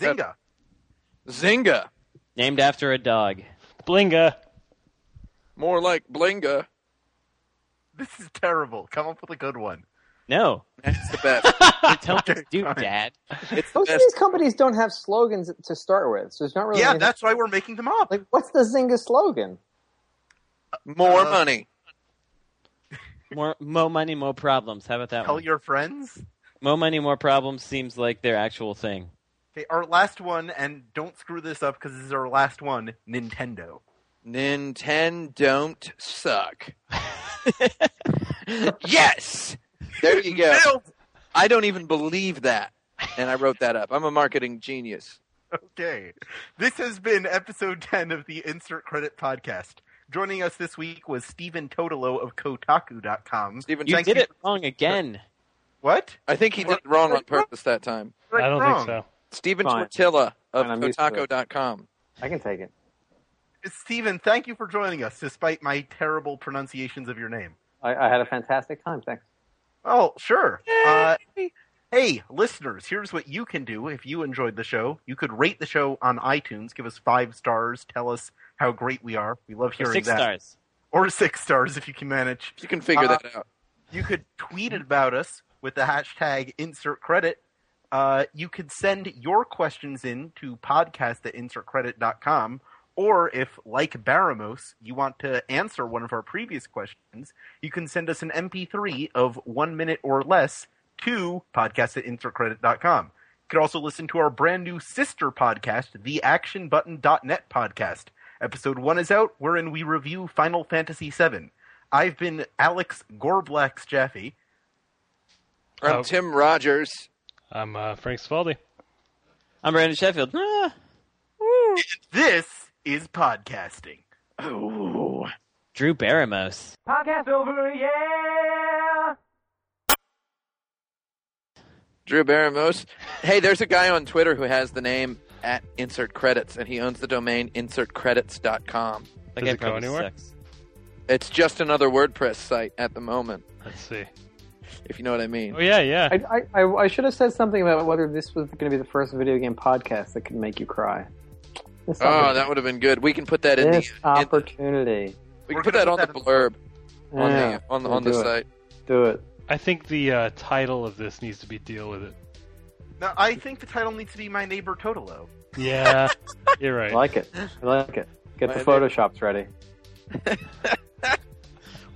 A: Zynga.
B: Zynga.
E: Named after a dog.
C: Blinga.
B: More like Blinga.
A: This is terrible. Come up with a good one.
E: No,
B: That's the best.
E: don't
A: Okay,
E: do
A: fine.
E: that.
B: It's the
D: Most of
B: best.
D: these companies don't have slogans to start with, so it's not really.
A: Yeah,
D: anything-
A: that's why we're making them up.
D: like what's the Zynga slogan?
B: More
A: Uh,
B: money.
E: More, more money, more problems. How about that
A: Tell
E: one?
A: your friends.
E: More money, more problems seems like their actual thing.
A: Okay, our last one, and don't screw this up because this is our last one. Nintendo.
B: Nintendo don't suck. yes. There you go.
A: Nailed.
B: I don't even believe that. And I wrote that up. I'm a marketing genius.
A: Okay. This has been episode 10 of the Insert Credit Podcast. Joining us this week was Stephen Totolo of Kotaku.com.
B: Stephen,
E: You
A: Thank
E: did
A: you.
E: it wrong again.
A: What?
B: I think he did it wrong on purpose that time.
A: What
C: I don't
A: wrong?
C: think
B: Stephen
D: Fine.
B: Tortilla of
D: Fine, I'm used to it.
B: Kotaku.com.
D: I can take it.
A: Stephen, thank you for joining us, despite my terrible pronunciations of your name.
D: I, I had a fantastic time. Thanks.
A: Oh, sure. Uh, hey, listeners, here's what you can do if you enjoyed the show. You could rate the show on iTunes, give us five stars, tell us how great we are. We love
E: Or
A: hearing
E: six
A: that.
E: stars.
A: Or six stars if you can manage.
B: You can figure
A: Uh,
B: that out.
A: You could tweet it about us with the hashtag insert credit. Uh, you could send your questions in to podcast at insertcredit.com. Or if, like Baramos, you want to answer one of our previous questions, you can send us an MP3 of one minute or less to podcast at insertcredit.com. You could also listen to our brand new sister podcast, the actionbutton.net podcast. Episode one is out, wherein we review Final Fantasy VII. I've been Alex Gorblax Jaffe.
B: I'm
C: Oh.
B: Tim Rogers.
C: so. I'm uh, Frank Spaldi.
E: I'm Brandon Sheffield. Ah.
A: This is podcasting.
B: Oh.
E: Drew Barrymos.
B: Drew Barrymos. Hey, there's a guy on Twitter who has the name at insert credits, and he owns the domain insertcredits.com.
E: That
C: Does
E: guy
C: it go
E: probably
C: anywhere?
E: sucks.
B: It's just another WordPress site at the moment,
C: Let's see.
B: if you know what I mean.
C: Oh yeah, yeah.
D: I, I, I, I should have said something about whether this was going to be the first video game podcast that could make you cry. This,
B: Oh,
D: opportunity.
B: that would have been good. We can put that in the,
D: this
B: in the
D: opportunity.
B: we
A: We're
B: can put
A: gonna put
B: that on the
A: that in-
B: blurb on
D: yeah,
B: the on the
D: we'll
B: on the
D: do it.
B: site.
D: do it.
C: I think the uh, title of this needs to be deal with it.
A: Now, I think the title needs to be My Neighbor Totolo.
C: Yeah, you're right.
D: I like it. I like it. Get the
B: Why did-
D: photoshops ready.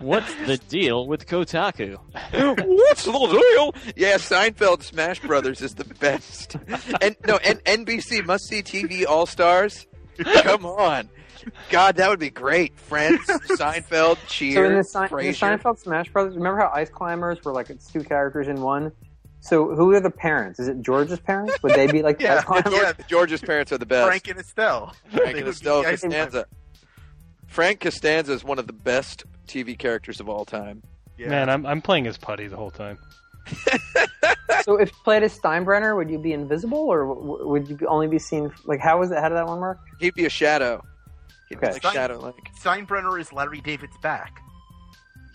E: What's the deal with Kotaku?
B: What's the deal? Yeah, Seinfeld Smash Brothers is the best. And no, and NBC Must See TV All Stars. Come on, God, that would be great. Friends, Seinfeld, Cheers,
D: So in the, Sein- in the
B: Frasier.
D: Seinfeld Smash Brothers, remember how Ice Climbers were like it's two characters in one? So who are the parents? Is it George's parents? Would they be like the
A: Yeah,
D: Ice Climbers?
B: George, George's parents are the best.
A: Frank and Estelle.
B: Frank
A: They would
B: and
A: be
B: Estelle
A: the ice climbers.
B: Costanza. Frank Costanza is one of the best TV characters of all time.
A: Yeah.
C: Man, I'm I'm playing as Putty the whole time.
D: So if you played as Steinbrenner, would you be invisible, or w- would you be- only be seen? Like how was it? How did that one work?
B: He'd be a shadow. He'd
D: Okay.
B: be like shadow, like
A: Steinbrenner is Larry David's back.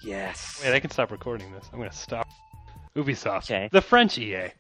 B: yes.
C: Wait, I can stop recording this. I'm gonna stop. Ubisoft,
E: Okay.
C: the French E EA.